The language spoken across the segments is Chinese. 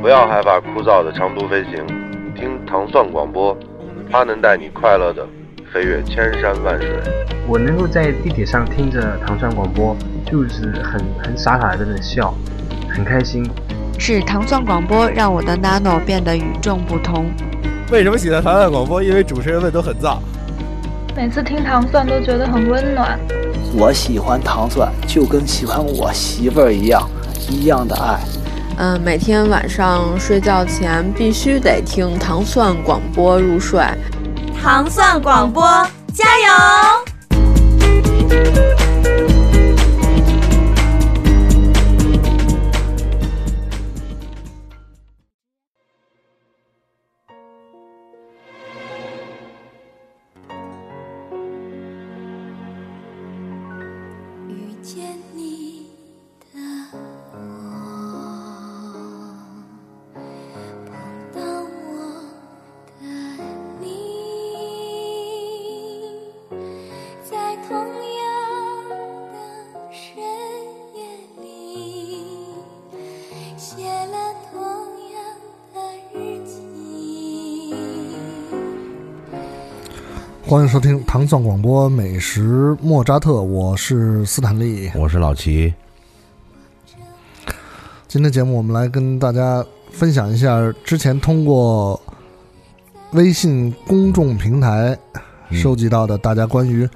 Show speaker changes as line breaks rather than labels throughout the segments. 不要害怕枯燥的长途飞行，听糖蒜广播，它能带你快乐的飞越千山万水。
我能够在地铁上听着糖蒜广播，就是很很傻傻的在那笑，很开心。
是糖蒜广播让我的 Nano 变得与众不同。
为什么喜欢糖蒜广播？因为主持人们都很燥。
每次听糖蒜都觉得很温暖。
我喜欢糖蒜，就跟喜欢我媳妇儿一样，一样的爱。
嗯，每天晚上睡觉前必须得听糖蒜广播入睡。
糖蒜广播，加油！
遇见你的我，碰到我的你，在同样的深夜里，写了同样的日记。
欢迎收听糖蒜广播美食莫扎特，我是斯坦利。
我是老齐，
今天节目我们来跟大家分享一下之前通过微信公众平台收集到的大家关
嗯
于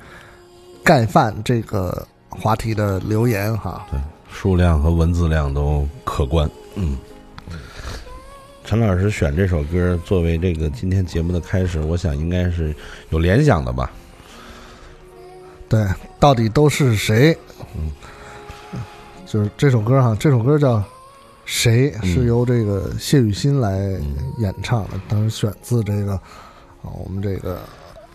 盖饭这个话题的留言哈。
数量和文字量都可观。嗯，陈老师选这首歌作为这个今天节目的开始，我想应该是有联想的吧。
对，到底都是谁？
嗯，
就是这首歌哈，这首歌叫《谁》，
嗯
是由这个谢雨欣来演唱的，当时选自这个啊我们这个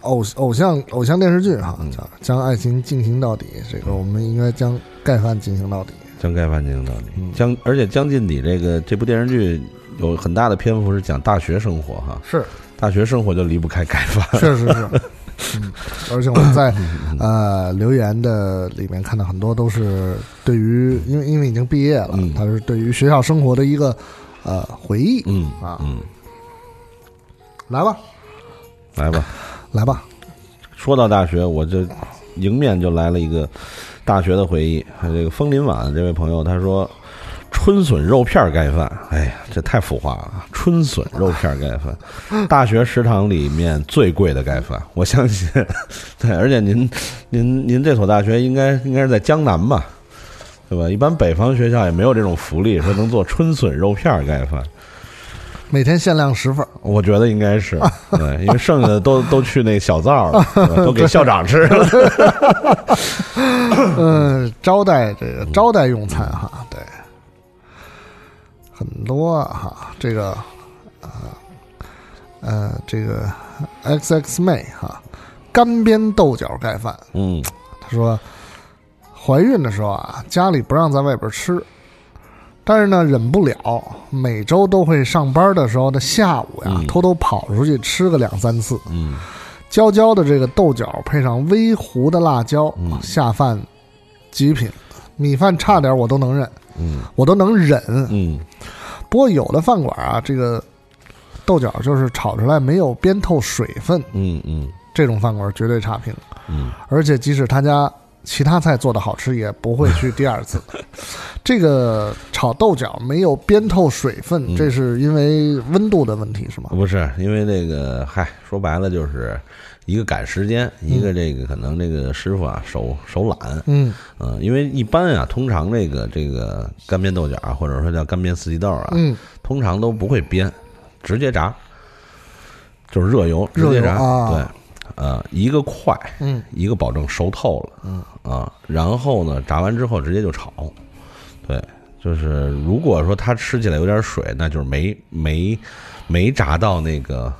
偶偶像偶像电视剧
嗯
哈，叫《将爱情进行到底》，这个我们应该将盖饭进行到底。
将盖饭进行到底，
嗯
将而且《将进底》这个这部电视剧有很大的篇幅是讲大学生活哈，
是
大学生活就离不开嗯盖饭。
确实 是。嗯，而且我们在呃留言的里面看到很多都是对于，因为因为已经毕业了
嗯，
他是对于学校生活的一个呃回忆。
嗯
啊
嗯，
来吧，
来吧，
来吧，
说到大学，我这迎面就来了一个大学的回忆。这个枫林晚这位朋友他说，春笋肉片儿盖饭，哎呀，这太浮夸了啊！春笋肉片儿盖 饭，大学食堂里面最贵的盖饭，我相信。对，而且您您您这所大学应该应该是在江南吧？对吧？一般北方学校也没有这种福利，说能做春笋肉片儿盖饭。
每天限量十份儿，
我觉得应该是，对，因为剩下的都都去那小灶了，是 吧都给校长吃了。
嗯，招待这个招待用餐
嗯
哈，对，很多哈，这个啊呃这个 X X 妹哈，干煸豆角盖饭，
嗯，
她说怀孕的时候啊，家里不让在外边吃，但是呢忍不了，每周都会上班的时候的下午呀，
嗯
偷偷跑出去吃个两三次，
嗯，
焦焦的这个豆角配上微糊的辣椒，
嗯
下饭极品。米饭差点我都能忍，
嗯
我都能忍。
嗯
不过有的饭馆啊，这个豆角就是炒出来没有煸透水分，
嗯嗯
这种饭馆绝对差评。
嗯，
而且即使他家其他菜做的好吃，也不会去 第二次。这个炒豆角没有煸透水分，
嗯
这是因为温度的问题是吗？
不是，因为那个，嗨，说白了就是一个赶时间，一个这个可能这个师傅啊手手懒，
嗯
嗯，因为一般啊，通常这个这个干煸豆角啊，或者说叫干煸四季豆啊，
嗯，
通常都不会煸，直接炸，就是热油，直
热
接
油
炸，
啊
对，呃，一个快，
嗯，
一个保证熟透了，嗯啊，然后呢，炸完之后直接就炒，对，就是如果说它吃起来有点水，那就是没没没炸到那个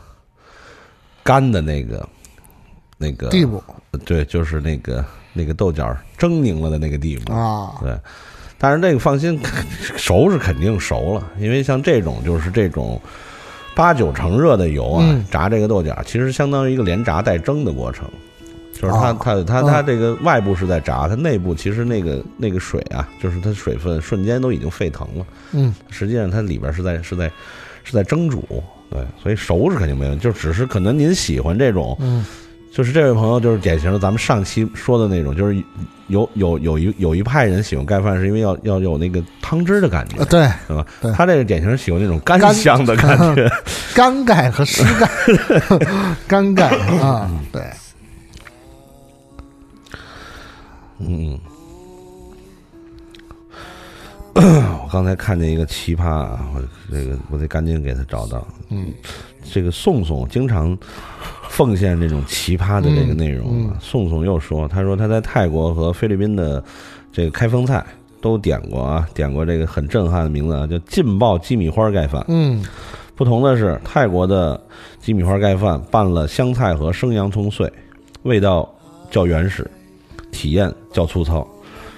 干的那个那个
地步
对，就是那个那个豆角狰狞了的那个地步
啊，
对，但是那个放心，熟是肯定熟了，因为像这种就是这种八九成热的油啊，
嗯
炸这个豆角其实相当于一个连炸带蒸的过程，
就是它
啊
它它
嗯
它这个外部是在炸，它内部其实那个那个水啊，就是它水分瞬间都已经沸腾了，
嗯，
实际上它里边是在是在是在蒸煮，对，所以熟是肯定没问题，就只是可能您喜欢这种，
嗯，
就是这位朋友就是典型的咱们上期说的那种，就是有有有一有一派人喜欢盖饭是因为要要有那个汤汁的感觉，
啊对，
对吧
对？
他这个典型是喜欢那种干
干
香的感觉，
干盖和湿 盖，干盖啊，对，
嗯，啊我刚才看见一个奇葩啊，我这个我得赶紧给他找到。
嗯，
这个宋宋经常奉献这种奇葩的这个内
嗯
容啊。宋宋又说，他说他在泰国和菲律宾的这个开封菜都点过啊，点过这个很震撼的名字啊，叫劲爆鸡米花盖饭。
嗯
不同的是，泰国的鸡米花盖饭拌了香菜和生洋葱碎，味道较原始，体验较粗糙。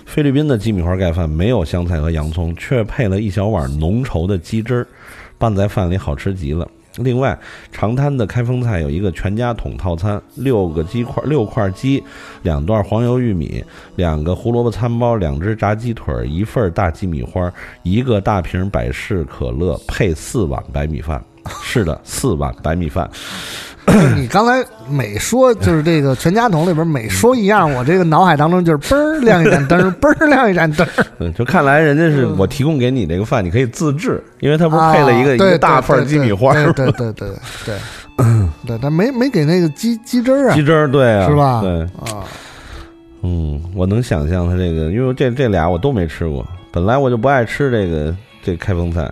菲律宾的鸡米花盖饭没有香菜和洋葱，却配了一小碗浓稠的鸡汁儿，拌在饭里好吃极了。另外，长滩的开封菜有一个全家桶套餐，六个鸡块、六块鸡，两段黄油玉米，两个胡萝卜餐包，两只炸鸡腿儿，一份儿大鸡米花，一个大瓶百事可乐配四碗白米饭。是的，四碗白米饭。
你刚才每说就是这个全家桶里边每说一样，我这个脑海当中就是嘣儿亮一盏灯儿，嘣儿亮一盏灯儿。
嗯，就看来人家是我提供给你这个饭，你可以自制，因为它不是配了一个、
啊
一
对
个大份儿鸡米花
对
吗？
对对对对对对，但没没给那个鸡鸡汁儿啊，
鸡汁儿，对啊，
是吧
对
啊，
嗯，我能想象它这个，因为这这俩我都没吃过，本来我就不爱吃这个这开封菜，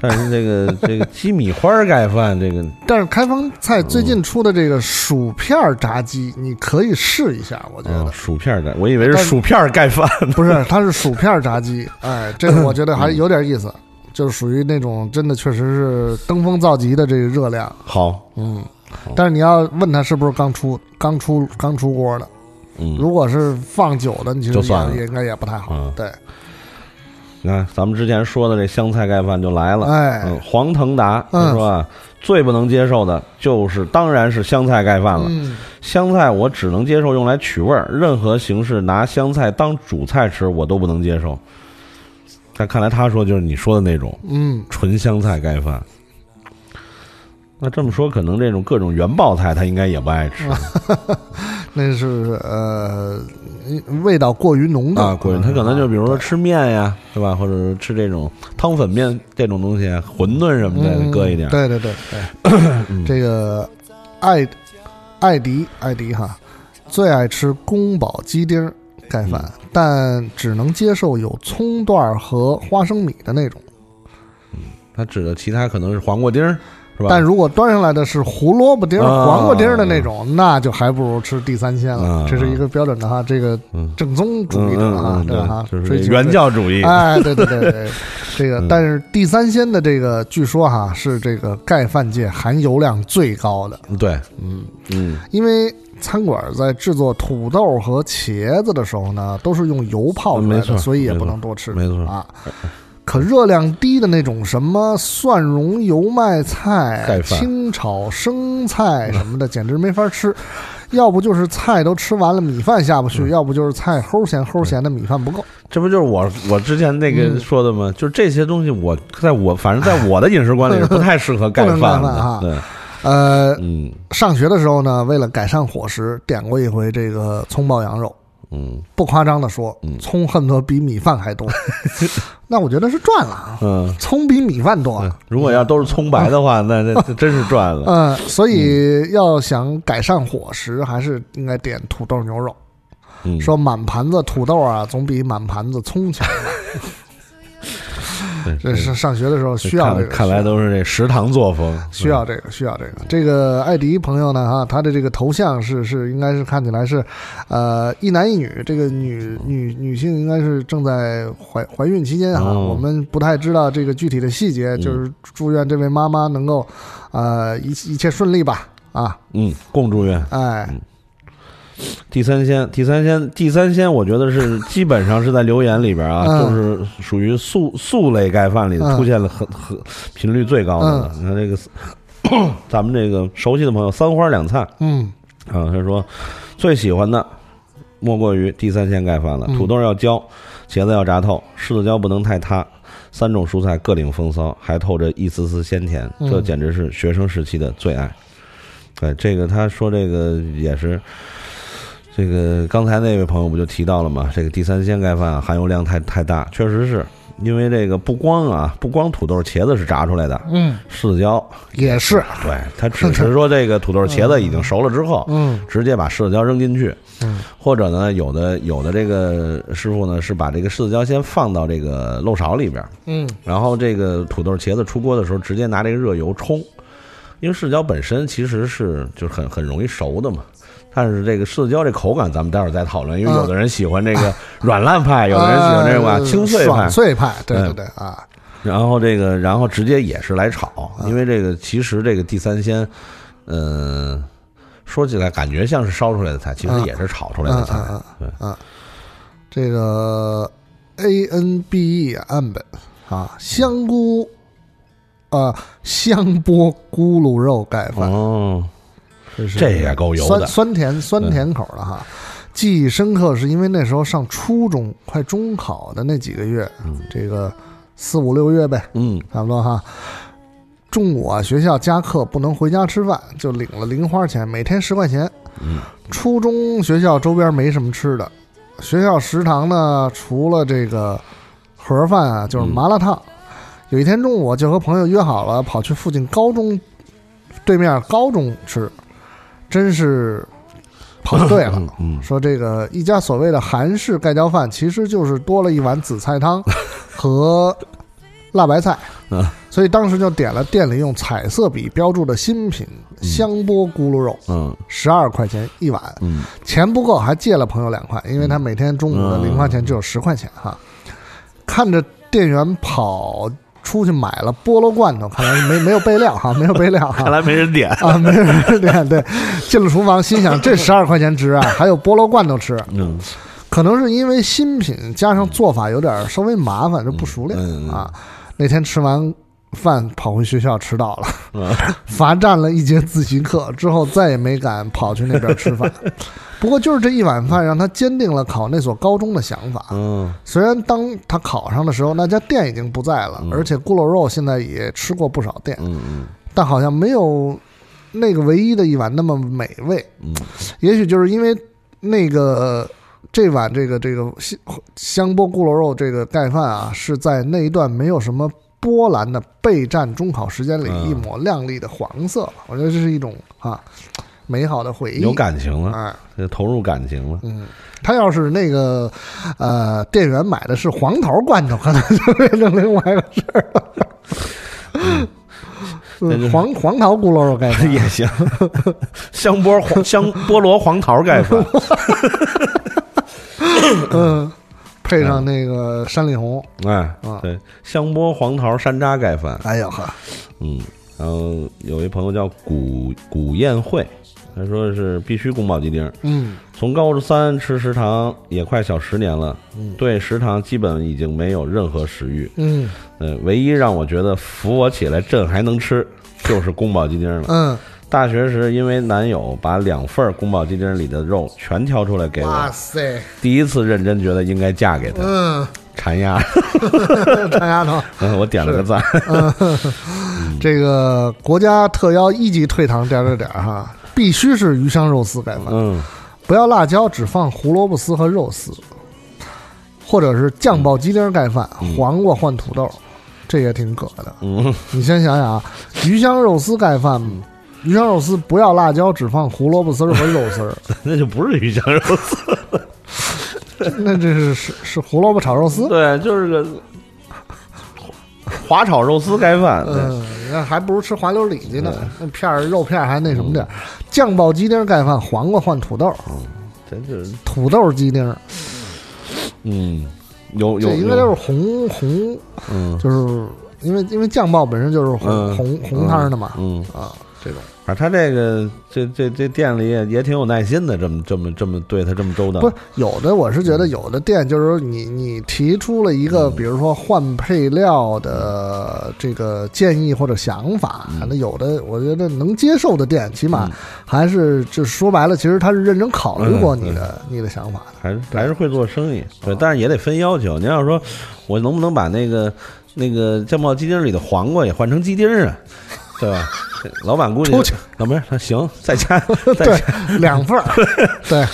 但是这个这个鸡米花盖饭，这个
但是开封菜最近出的这个薯片儿炸鸡，你可以试一下，我觉得。
啊、薯片儿盖，我以为是
但
薯片儿盖饭，
不是， 它是薯片炸鸡，哎，这个我觉得还有点意思，
嗯
就是属于那种真的确实是登峰造极的这个热量，
好，
嗯。但是你要问他是不是刚出、刚出、刚出锅的，
嗯，
如果是放久的，你其实
就算了
也也应该也不太好。
啊，
对，
你看咱们之前说的这香菜盖饭就来了，
哎
嗯，黄腾达他说啊，最不能接受的就是当然是香菜盖饭了，
嗯
香菜我只能接受用来取味儿，任何形式拿香菜当主菜吃我都不能接受。但看来他说就是你说的那种
嗯，
纯香菜盖饭。那这么说，可能这种各种原爆菜他应该也不爱吃
那是呃，味道过于浓重
啊。果然，他可能就比如说吃面呀，对吧？或者是吃这种汤粉面这种东西，馄饨什么的，
嗯
搁一点。嗯
对对对对，这个艾艾迪艾迪哈最爱吃宫保鸡丁儿盖饭，
嗯
但只能接受有葱段儿和花生米的那种。
他指的其他可能是黄瓜丁儿，是吧？
但如果端上来的是胡萝卜丁儿、
啊
黄瓜丁儿的那种，那就还不如吃地三鲜了。
啊
这是一个标准的哈，这个
嗯
正宗主
嗯
义者哈，
嗯嗯
对吧哈？
嗯就是
追求
原教主义
哎，对对对对 对，这个
嗯
但是地三鲜的这个，据说哈是这个盖饭界含油量最高的，
对，
嗯，
嗯
因为餐馆在制作土豆和茄子的时候呢，都是用油泡出来
没错
的，所以也不
没错
能多吃，
没错
啊。可热量低的那种什么蒜蓉油
盖
麦菜、
饭
清炒生菜什么的，简直没法吃。要不就是菜都吃完了，米饭下不去；
嗯
要不就是菜齁咸齁咸的，米饭不够。
这不就是我我之前那个
嗯
说的吗？就是这些东西我，在我反正在我的饮食观里是不太适合盖
不能盖饭
的
哈。
对，
呃，
嗯
上学的时候呢，为了改善伙食，点过一回这个葱爆羊肉。
嗯
不夸张的说，葱恨不得比米饭 还多，那我觉得是赚了啊。
嗯。
葱比米饭多啊，
如果要都是葱白的话，那那那真是赚 了。
嗯，所以要想改善伙食，还是应该点土豆牛肉。
嗯，
说满盘子土豆啊，总比满盘子葱强。
对
这是上学的时候需
看
要这个，
看来都是这食堂作风。
需要这个，需要这个。这个艾迪朋友呢，哈，他的这个头像是是应该是看起来是，呃，一男一女，这个女女女性应该是正在怀怀孕期间哈，
哦
我们不太知道这个具体的细
嗯
节，就是祝愿这位妈妈能够，呃，一一切顺利吧，啊，
嗯，共住院。
哎，
地三鲜，地三鲜，地三鲜，我觉得 是基本上是在留言里边啊，
嗯
就是属于素素类盖饭里
嗯
出现了很很频率最高的了。你看 这个，咱们这个熟悉的朋友三花两菜，
嗯
啊，他说
最喜欢的莫过于地三鲜盖饭了。
嗯
土豆要焦，茄子要炸透，柿子椒不能太塌。三种蔬菜各领风骚，还透着一丝丝鲜甜，
嗯
这简直是学生时期的最爱。哎，这个他说这个也是，这个刚才那位朋友不就提到了吗？这个地三鲜盖饭含油量太太大，确实是因为这个不光啊，不光土豆、茄子是炸出来的，
嗯，
柿子椒
也是，
对，它只是说这个土豆、茄子已经熟了之后，
嗯
直接把柿子椒扔进去，
嗯
或者呢，有的有的这个师傅呢是把这个柿子椒先放到这个漏勺里边，
嗯
然后这个土豆、茄子出锅的时候，直接拿这个热油冲，因为柿椒本身其实是就是很很容易熟的嘛。但是这个柿椒这口感，咱们待会儿再讨
嗯
论，因为有的人喜欢这个软烂派，有的人喜欢这
呃
个清脆派
爽、脆派，对对
嗯
对啊，
然后这个，然后直接也是来炒，因为这个其实这个地三鲜，嗯，说起来感觉像是烧出来的菜，其实
嗯
也是炒出来的菜。
嗯
对，
这个 A N B E 岸本啊，香菇啊、香波咕噜肉盖饭，
哦，
这是
这也够油的嗯
酸酸甜酸甜口的哈。记忆深刻是因为那时候上初中，快中考的那几个月，这个四五六月呗，
嗯，
差不多哈。中午啊，学校加课不能回家吃饭，就领了零花钱，每天十块钱。
嗯，
初中学校周边没什么吃的，学校食堂呢，除了这个盒饭啊，就是麻辣烫。有一天中午，我就和朋友约好了，跑去附近高中对面高中吃，真是跑对了。
嗯，
说这个一家所谓的韩式盖浇饭，其实就是多了一碗紫菜汤和辣白菜，
嗯
所以当时就点了店里用彩色笔标注的新品香波咕噜肉，
嗯
十二块钱一碗，
嗯
钱不够还借了朋友两块，因为他每天中午的零花钱只有十块钱哈。看着店员跑出去买了菠萝罐头，看来没没 有备料哈，没有备料哈，
看来没人点
啊，没人点对，进了厨房心想这十二块钱值啊，还有菠萝罐头吃，
嗯
可能是因为新品加上做法有点儿稍微麻烦，就不熟练、
嗯嗯
啊。那天吃完饭跑回学校迟到了，
嗯
罚站了一节自习课，之后再也没敢跑去那边吃 饭。不过就是这一碗饭让他坚定了考那所高中的想法。
嗯
虽然当他考上的时候，那家店已经不在了，而且咕噜肉现在也吃过不少店，
嗯
但好像没有那个唯一的一碗那么美味。
嗯
也许就是因为那个呃这碗这个这个香香波咕噜肉这个盖饭啊，是在那一段没有什么波澜的备战中考时间里
嗯
一抹亮丽的黄色，我觉得这是一种啊美好的回忆。
有感情了，
哎，
这投入感情了。
嗯，他要是那个呃店员买的是黄桃罐头，可能就变成另外一个事儿了。
那就是
嗯黄黄桃咕噜肉盖 饭
也行， 香波黄香菠萝黄桃盖 饭，
嗯，配上那个山里红，啊
哎，对，香波黄桃山楂盖饭，
哎呦呵，
嗯，然后有一朋友叫古古宴会，他说是必须宫保鸡丁，
嗯
从高三吃食堂也快小十年了，对食堂基本已经没有任何食欲。
嗯
嗯，唯一让我觉得扶我起来朕还能吃，就是宫保鸡丁了。
嗯，
大学时因为男友把两份宫保鸡丁里的肉全挑出来给
哇
我，
塞，
第一次认真觉得应该嫁给他。
嗯，
馋 鸭，
张丫头，嗯
嗯我点了个赞。
这个国家特邀一级退堂点儿点儿点儿哈，必须是鱼香肉丝盖饭，
嗯，
不要辣椒，只放胡萝卜丝和肉丝，或者是酱爆鸡丁盖饭，黄瓜换土豆，这也挺葛的。
嗯，
你先想想啊， 鱼香肉丝盖饭。鱼香肉丝不要辣椒，只放胡萝卜丝儿和肉丝儿。
那就不是鱼香肉丝，
那这是是是胡萝卜炒肉丝？
对，就是个华炒肉丝盖饭。嗯对，
嗯，那还不如吃滑溜里脊呢，那片儿肉片儿还那什么点儿。酱爆鸡丁盖饭，黄瓜换土豆，
嗯真是，
土豆鸡丁，
嗯，有有
这应该
有
都是红红，
嗯
就是因为因为酱爆本身就是红
嗯
红红汤的嘛，
嗯
啊，
这种。
反正他这个这这这店里也也挺有耐心的，这么这么这么对他这么周到。
不，有的我是觉得有的店就是说你你提出了一
嗯
个，比如说换配料的这个建议或者想法，
嗯
那有的我觉得能接受的店，起码还是就说白了，其实他是认真考虑过你的你的想法的。
嗯还是还是会做生意，对，但是也得分要求。您要说，我能不能把那个那个酱爆鸡丁里的黄瓜也换成鸡丁啊，对吧？老板估计
抽起
老妹儿说行，再加再加
对，两份儿， 对，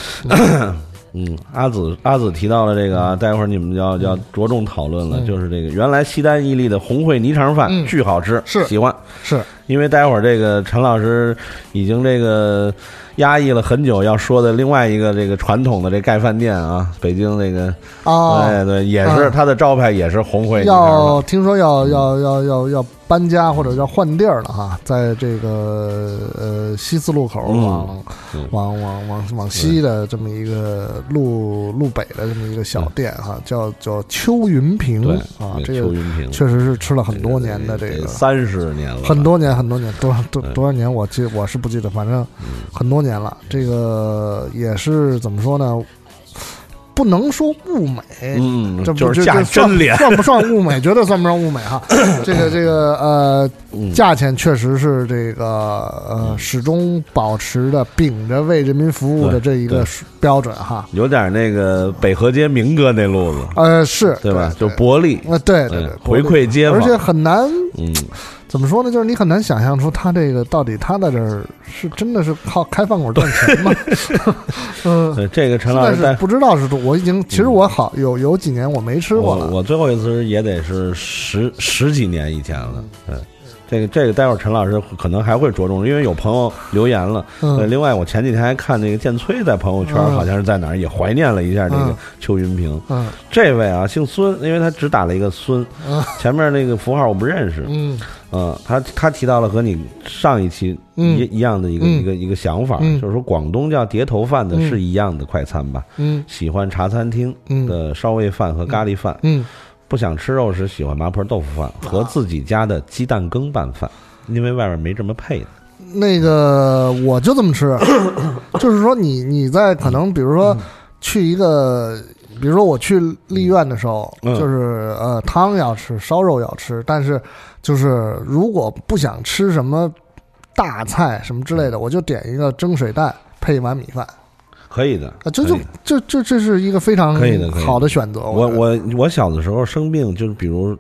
嗯，阿紫阿紫提到了这个啊，待会儿你们要要着重讨论了，
嗯
就是这个原来西单伊利的红烩泥肠饭、
嗯
巨好吃，
是
喜欢，
是
因为待会儿这个陈老师已经这个压抑了很久要说的另外一个这个传统的这盖饭店啊，北京那个
哦
对哎对，也是、
啊
它的招牌也是红烩泥肠饭，
要听说
嗯
要要要要要搬家或者要换地儿了哈，在这个呃西四路口
嗯
往、
嗯
往往往往西的这么一个路路北的这么一个小店哈，叫叫邱云平
嗯对
啊，
对
这个
邱云平
确实是吃了很多年的这个
三十年了，
很多年很多年，多少多
嗯
多少年我记我是不记得，反正很多年了。这个也是怎么说呢？不能说物美，
嗯
这不
就是
这
价
这算
真廉
算不算物美？绝对算不上物美 哈。这个这个呃，
嗯
价钱确实是这个呃，始终保持着秉着为人民服务的这一
对
个
对
标准哈。
有点那个北河街民歌那路子，
呃，是
对吧？就薄利，
啊，对对对
嗯，回馈街坊，
而且很难
嗯，
怎么说呢？就是你很难想象出他这个到底他在这儿是真的是靠开饭馆赚 钱吗？嗯，
对呃这个陈
实
老
在
师
是
在
不知道是我已经，其实我好有有几年我没吃
我
过了。
我最后一次也得是十十几年以前了，嗯。这个这个，待会儿陈老师可能还会着重，因为有朋友留言了。
嗯
呃另外我前几天还看那个建崔在朋友圈，
嗯
好像是在哪儿也怀念了一下这个
嗯
邱云平。
嗯
这位啊，姓孙，因为他只打了一个孙，
嗯
前面那个符号我不认识。
嗯
嗯，他他提到了和你上一期
嗯
一一样的一个
嗯
一个一个想法，
嗯
就是说广东叫碟头饭的
嗯
是一样的快餐吧？
嗯
喜欢茶餐厅
嗯
的烧味饭和咖喱饭，
嗯，啊
不想吃肉时喜欢麻婆豆腐饭和自己家的鸡蛋羹拌饭，因为外面没这么配的。
那个我就这 么吃，就是说你你在可能比如
嗯
说去一个，比如说我去丽苑的时候，
嗯
就是呃汤要吃，烧肉要吃，但是就是如果不想吃什么大菜什么之类的，
嗯
我就点一个蒸水蛋配一碗米饭。
可以的，
啊，这
可
就
以
这这这是一个非常
可以的可以的
好的选择。
我
觉得
我我小的时候生病，就是比如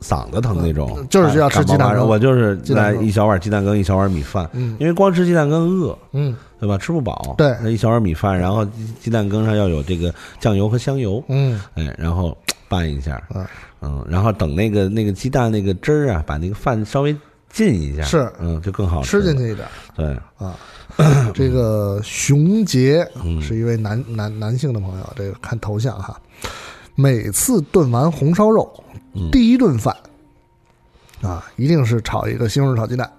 嗓子疼那种，
嗯就是要吃
感冒
鸡蛋
发烧
羹
我就是
鸡
来
蛋羹
一小碗鸡蛋羹，一小碗米饭，
嗯
因为光吃鸡蛋羹饿，
嗯
对吧？吃不饱，
对
那一小碗米饭，然后鸡鸡蛋羹上要有这个酱油和香油，
嗯
哎，然后嘖拌一下，
嗯
然后等那个那个鸡蛋那个汁儿啊，把那个饭稍微浸一下，
是
嗯，就更好
吃进
了，
去一点
对，
啊。 这个熊杰
嗯
是一位男男男性的朋友，这个看头像哈。每次炖完红烧肉，
嗯
第一顿饭啊，一定是炒一个西红柿炒鸡蛋，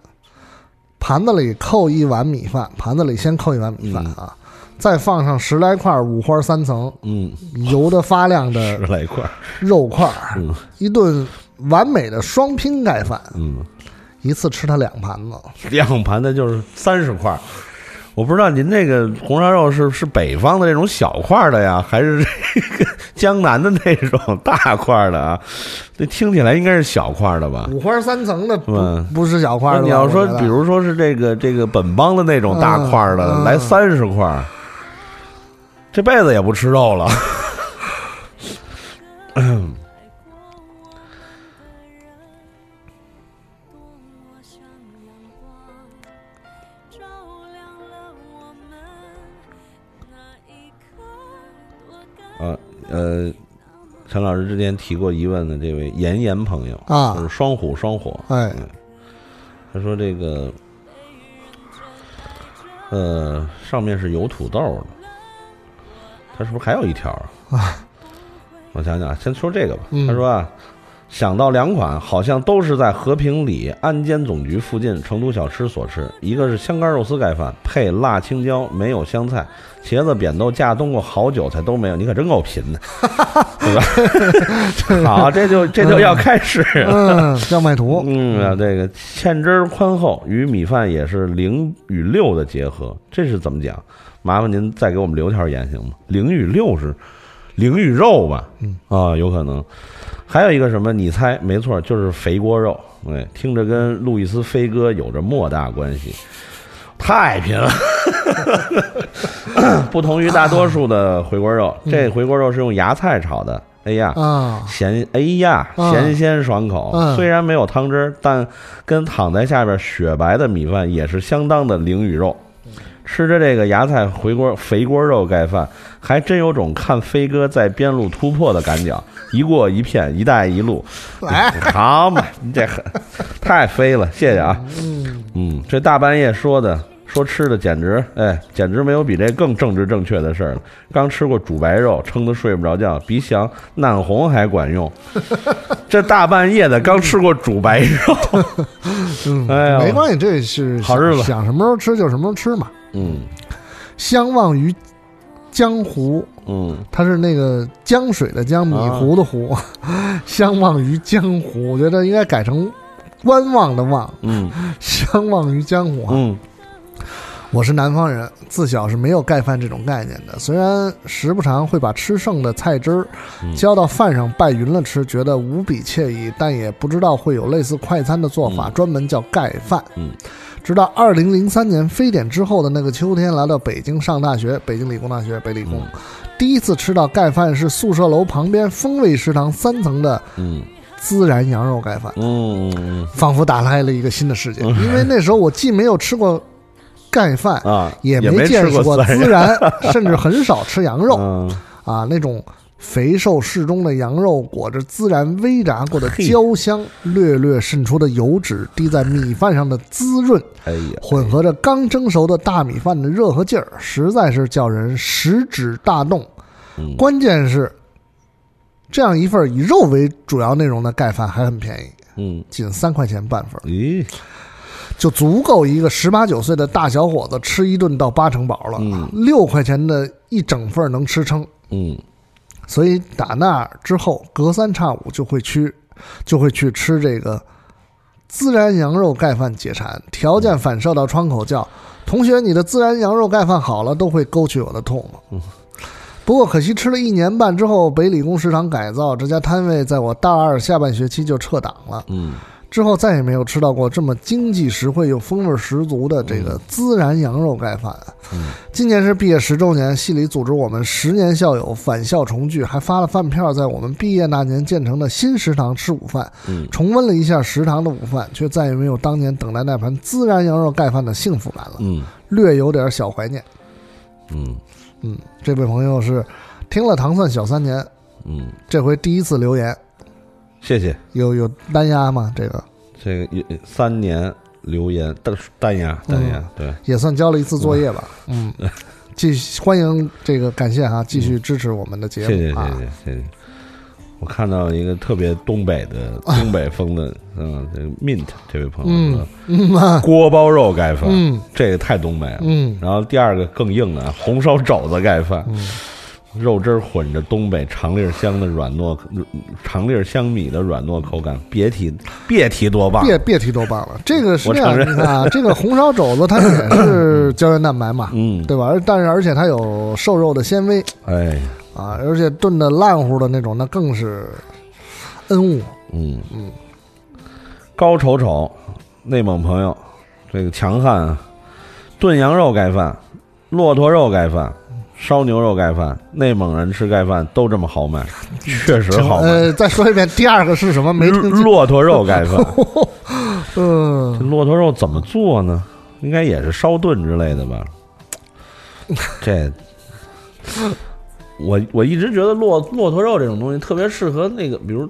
盘子里扣一碗米饭，盘子里先扣一碗米饭
嗯
啊，再放上十来块五花三层
嗯，
油的发亮
十
的
来块儿，
肉块儿，
嗯
一顿完美的双拼盖饭，
嗯，
一次吃它两盘子。
两盘的就是三十块儿。我不知道您这个红烧肉是是北方的这种小块儿的呀，还是这个江南的那种大块儿的啊？这听起来应该是小块儿的吧？
五花三层的不
嗯
不是小块儿
那
的吧。
你要
我
说
觉，得
比如说是这个这个本帮的那种大块儿的，
嗯嗯
来三十块儿，这辈子也不吃肉了。啊呃，陈老师之前提过疑问的这位妍妍朋友
啊
就是双虎双火，
哎
嗯，他说这个，呃，上面是有土豆的， 他是不是还有一条啊？我想想啊，先说这个吧。
嗯
他说啊，想到两款，好像都是在和平里安监总局附近成都小吃所吃，一个是香干肉丝盖饭，配辣青椒，没有香菜，茄子、扁豆、架冬瓜、好韭菜都没有，你可真够贫 的，对吧？好，这就这就要开始了，
嗯，叫卖图，
嗯啊，这个芡汁儿宽厚，与米饭也是零与六的结合，这是怎么讲？麻烦您再给我们留条言行吗？零与六是零与肉吧？
嗯
啊，有可能。还有一个什么？你猜，没错，就是肥锅肉。哎，听着跟路易斯飞哥有着莫大关系，太贫了。 不同于大多数的回锅肉，
嗯
这回锅肉是用芽菜炒的。哎呀，
啊
咸哎呀，
啊
咸鲜爽口。
嗯
虽然没有汤汁儿，但跟躺在下边雪白的米饭也是相当的灵与肉。吃着这个芽菜回锅肥锅肉盖饭，还真有种看飞哥在边路突破的感觉。一过一片，一带一路，
来，
好嘛，你这很太飞了，谢谢啊。
嗯
嗯，这大半夜说的说吃的，简直哎，简直没有比这更政治正确的事儿了。刚吃过煮白肉，撑得睡不着觉，比想难红还管用。这大半夜的刚吃过煮白肉，
嗯，
哎呀
没关系，这是
好日子
想什么时候吃就什么时候吃嘛。
嗯
相忘于江湖，
嗯，
它是那个江水的江，米
啊
糊的糊， 相忘于江湖。我觉得应该改成观望的望，
嗯
相忘于江湖啊。
嗯
我是南方人，自小是没有盖饭这种概念的。虽然时不常会把吃剩的菜汁儿
嗯
浇到饭上拌匀了吃，觉得无比惬意，但也不知道会有类似快餐的做法，
嗯
专门叫盖饭。
嗯，
直到二零零三年非典之后的那个秋天，来到北京上大学，北京理工大学北理工，
嗯
第一次吃到盖饭是宿舍楼旁边风味食堂三层的
嗯
孜然羊肉盖饭，
嗯嗯
仿佛打开了一个新的世界。因为那时候我既没有吃过盖饭，
啊，
也
没
没见识
吃
过
孜
孜然，甚至很少吃羊肉
嗯
啊，那种肥瘦适中的羊肉裹着孜然微炸过的
嘿
焦香，略略渗出的油脂滴在米饭上的滋润，
哎呀，
混合着刚蒸熟的大米饭的热和劲儿，实在是叫人食指大动。
嗯
关键是，这样一份以肉为主要内容的盖饭还很便宜，
嗯，
仅三块钱半份儿。
咦，
就足够一个十八九岁的大小伙子吃一顿到八成饱了
嗯，
六、块钱的一整份儿能吃撑。
嗯
所以打那之后，隔三差五就会去，就会去吃这个孜然羊肉盖饭解馋，条件反射到窗口叫：“同学，你的孜然羊肉盖饭好了。”都会勾起我的痛
嗯
不过可惜吃了一年半之后，北理工食堂改造，这家摊位在我大二下半学期就撤档了。
嗯
之后再也没有吃到过这么经济实惠又风味十足的这个孜然羊肉盖饭。
嗯
今年是毕业十周年，系里组织我们十年校友返校重聚，还发了饭票，在我们毕业那年建成的新食堂吃午饭，
嗯
重温了一下食堂的午饭，却再也没有当年等待那盘孜然羊肉盖饭的幸福感了，
嗯
略有点小怀念。
嗯
嗯，这位朋友是听了糖蒜小三年，
嗯，
这回第一次留言，
谢谢。
有有单压吗？这个
这个一三年留言，淡淡雅淡雅，对，
也算交了一次作业吧。嗯，继续欢迎这个感谢哈，继续支持我们的节
谢
目
谢谢
啊。
谢谢谢。我看到一个特别东北 的东北风的，嗯，这个 mint 这位朋友说
嗯嗯啊
锅包肉盖饭，
嗯
这个太东北了。
嗯
然后第二个更硬的红烧肘子盖饭，肉汁儿混着东北长粒儿香的软糯，嗯长粒儿香米的软糯口感，别提别提多棒。
别别提多棒了，这个是这
我承
样，
认
你看啊，这个红烧肘子它也是胶原蛋白嘛，
嗯，
对吧？而但是而且它有瘦肉的纤维
哎，
啊，而且炖的烂乎的那种，那更是恩物。
嗯
嗯，
高瞅瞅，内蒙朋友，这个强悍啊，炖羊肉盖饭、骆驼肉盖饭、烧牛肉盖饭，内蒙人吃盖饭都这么豪迈，确实
行
豪迈。
呃，再说一遍，第二个是什么？没听清。
骆驼肉盖饭，这
嗯，
骆驼肉怎么做呢？应该也是烧炖之类的 吧？这，我我一直觉得骆骆驼肉这种东西特别适合那个，比如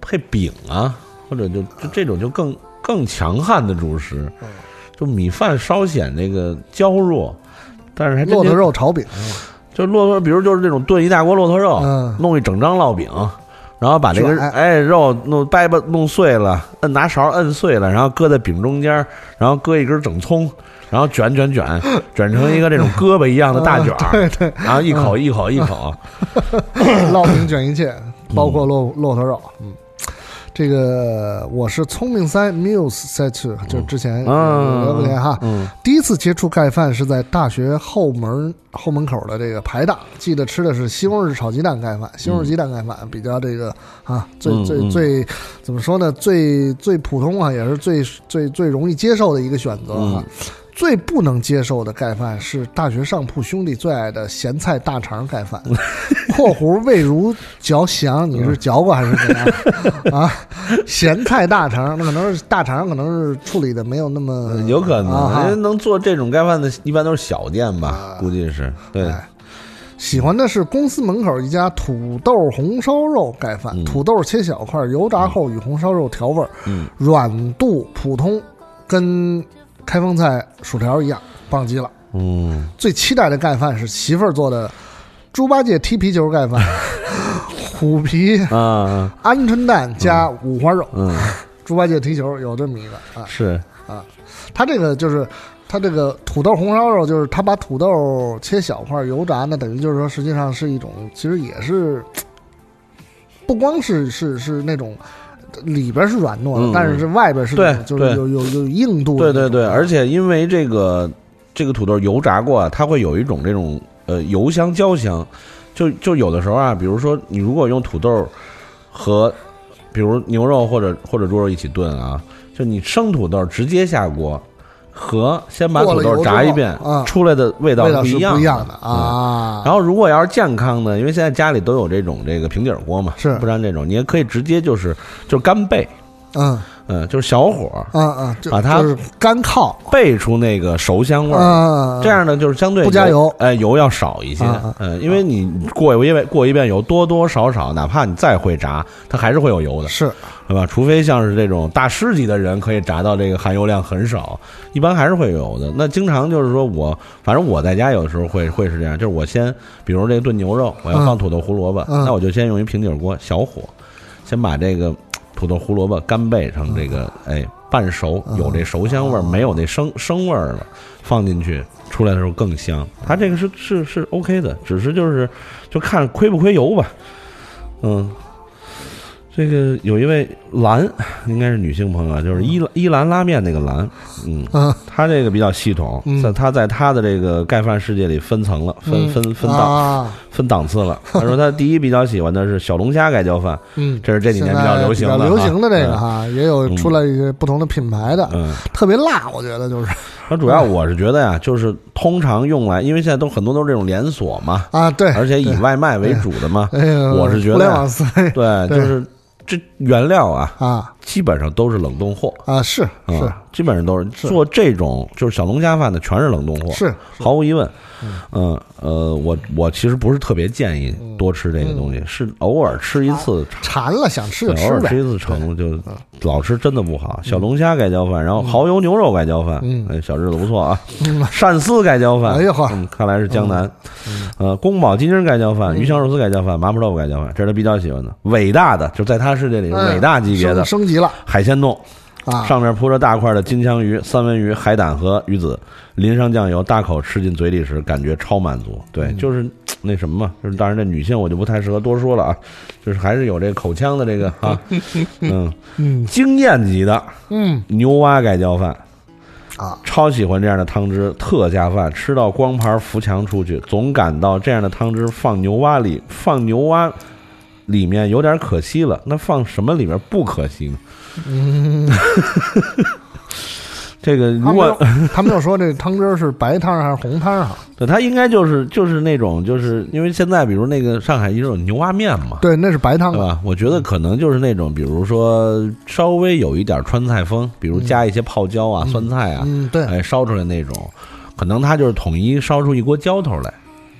配饼啊，或者就就这种就更更强悍的主食。
嗯
就米饭稍显这个娇弱，但是还真
骆驼
就
肉炒饼，
就骆驼，比如就是这种炖一大锅骆驼肉，
嗯
弄一整张烙饼，然后把这个
卷
哎肉弄掰吧弄碎了，摁拿勺摁碎了，然后搁在饼中间，然后搁一根整葱，然后卷卷 卷卷成一个这种胳膊一样的大卷儿，
对对，
然后一口一口一口，
烙饼卷一切，包括骆骆驼肉。嗯，这个我是聪明三 Muse 在去，就之前
嗯
聊过天哈。
嗯
第一次接触盖饭是在大学后门后门口的这个排档，记得吃的是西红柿炒鸡蛋盖饭，西红柿鸡蛋盖饭比较这个啊，最
嗯
最
嗯
最怎么说呢？最最普通啊，也是最最最容易接受的一个选择哈。最不能接受的盖饭是大学上铺兄弟最爱的咸菜大肠盖饭，括弧味如嚼翔，你是嚼过还是怎样 啊？咸菜大肠，那可能是大肠，可能是处理的没有那么
有可
啊
能
哈
人能做这种盖饭的，一般都是小店吧，估计是对，
哎喜欢的是公司门口一家土豆红烧肉盖饭，土豆切小块，油炸后与红烧肉调味儿，
嗯
软度普通，跟开封菜薯条一样，棒极了。
嗯，
最期待的盖饭是媳妇儿做的猪八戒踢皮球盖饭，虎皮
啊，
鹌鹑蛋加五花肉，
嗯，
猪八戒踢球有这么一个啊
是，
啊，他这个就是。他这个土豆红烧肉就是他把土豆切小块油炸呢，等于就是说，实际上是一种，其实也是，不光是是是那种里边是软糯的，
嗯
但是是外边是那种
对
就是有有有硬度的
对
那
对
种，
对，而且因为这个这个土豆油炸过啊，它会有一种这种呃油香焦香，就就有的时候啊，比如说你如果用土豆和比如牛肉或者或者猪肉一起炖啊，就你生土豆直接下锅。和先把
过
土
了
豆
油
炸
之
一
后
遍，
啊
出来的味道
味道
不
是
一样
不一样的
嗯
啊。
然后如果要是健康呢，因为现在家里都有这种这个平底锅嘛，
是
不然这种你也可以直接就是就是干焙，
嗯
嗯，就是小火，
嗯嗯，就
把它
就是干靠，
焙出那个熟香味儿。
嗯嗯嗯
这样呢，就是相对
不加油，
哎，油要少一些
嗯嗯，
嗯，因为你过一遍过一遍油，多多少少，哪怕你再会炸，它还是会有油的，
嗯是，
对吧？除非像是这种大师级的人，可以炸到这个含油量很少，一般还是会有油的。那经常就是说我，反正我在家有的时候会会是这样，就是我先，比如这个炖牛肉，我要
嗯
放土豆胡萝卜，
嗯
那我就先用一平底锅小火，先把这个土豆胡萝卜干焙成这个哎半熟，有这熟香味儿，没有那生生味儿了，放进去出来的时候更香。它这个是是是 OK 的，只是就是就看亏不亏油吧。嗯，这个有一位兰，应该是女性朋友，啊，就是伊伊兰拉面那个兰，嗯，
嗯
她这个比较系统，
嗯
在她在她的这个盖饭世界里分层了，分
嗯
分分档
啊，
分档次了。她说她第一比较喜欢的是小龙虾盖浇饭，
嗯，
这是这几年比较流行
现在
的
比
啊
较流行的这个。
嗯
哈，也有出来一些不同的品牌的，
嗯，
特别辣，我觉得就是
那主要我是觉得呀、就是通常用来，因为现在都很多都是这种连锁嘛，
啊，对，
而且以
对，
外卖为主的嘛，
哎呦，
我是觉
互联
得啊
网思维
对，
对
就是这原料啊，
啊
基本上都是冷冻货，
啊，是
嗯
是，
基本上都是
是
做这种就是小龙虾饭的，全是冷冻货，
是，
毫无疑问。嗯呃，我我其实不是特别建议
嗯
多吃这个东西，是偶尔吃一次
馋了想吃就
对，偶
吃
尔吃
呗嗯
一，次成就老吃真的不好。小龙虾盖浇饭，然后蚝油牛肉盖浇饭，
嗯
哎，小日子不错啊。
嗯
鳝丝盖浇饭，
哎呦呵嗯
嗯，看来是江南。呃，宫保鸡丁盖浇饭，鱼香肉丝盖浇饭，麻婆豆腐盖浇饭，这是他比较喜欢的。伟大的就在他世界里是
嗯
伟大级别的
升升级了
海鲜冻，
啊，
上面铺着大块的金枪鱼、三文鱼、海胆和鱼子，淋上酱油，大口吃进嘴里时，感觉超满足。对，
嗯
就是嘖那什么嘛，就是当然这女性我就不太适合多说了啊，就是还是有这口腔的这个 啊，嗯，
嗯
经验级的
嗯
牛蛙盖浇饭。
啊，
超喜欢这样的汤汁，特下饭，吃到光盘扶墙出去，总感到这样的汤汁放牛蛙里，放牛蛙里面有点可惜了。那放什么里面不可惜呢？
嗯，
这个如
他们
果
有他们就说这汤汁儿是白汤儿还是红汤儿啊好，
对它应该就是就是那种就是因为现在比如那个上海一直有牛蛙面嘛，
对，那是白汤
对
的，
吧？我觉得可能就是那种比如说稍微有一点川菜风，比如加一些泡椒啊、酸菜啊，
嗯，对，
哎，烧出来那种，可能它就是统一烧出一锅浇头来，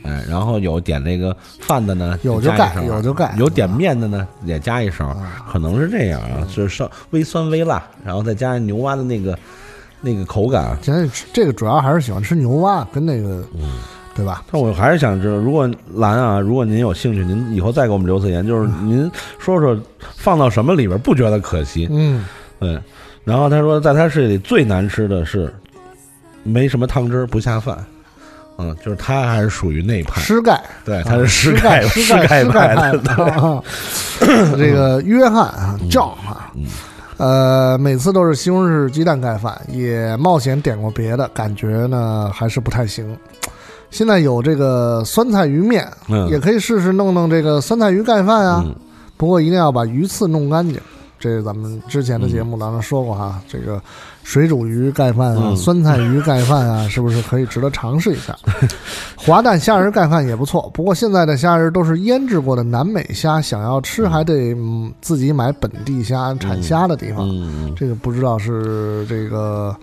哎，然后有点那个饭的呢，
有就
加一
盖
勺
有就盖
有点面的呢也加一勺，
啊
可能是这样啊，就是稍微酸微辣，然后再加上牛蛙的那个那个口感，啊嗯
其实这个主要还是喜欢吃牛蛙跟那个对吧？
但我还是想知道，如果兰啊，如果您有兴趣，您以后再给我们留次言， 就是您说说放到什么里边不觉得可惜？
嗯，
对。然后他说，在他世界里最难吃的是没什么汤汁儿不下饭，嗯，就是他还是属于那派
诗盖，
对，
啊
他是
诗
盖
诗
盖
盖
派
派
的，对
啊。这个约翰啊，John 啊，呃，每次都是西红柿鸡蛋盖饭，也冒险点过别的，感觉呢还是不太行。现在有这个酸菜鱼面，
嗯
也可以试试弄弄这个酸菜鱼盖饭啊。不过一定要把鱼刺弄干净，这是咱们之前的节目当中说过哈。这个水煮鱼盖饭啊，
嗯
酸菜鱼盖饭啊，是不是可以值得尝试一下？ 滑蛋虾仁盖饭也不错，不过现在的虾仁都是腌制过的南美虾，想要吃还得、嗯、自己买本地虾产虾的地方。
嗯
这个不知道是这个。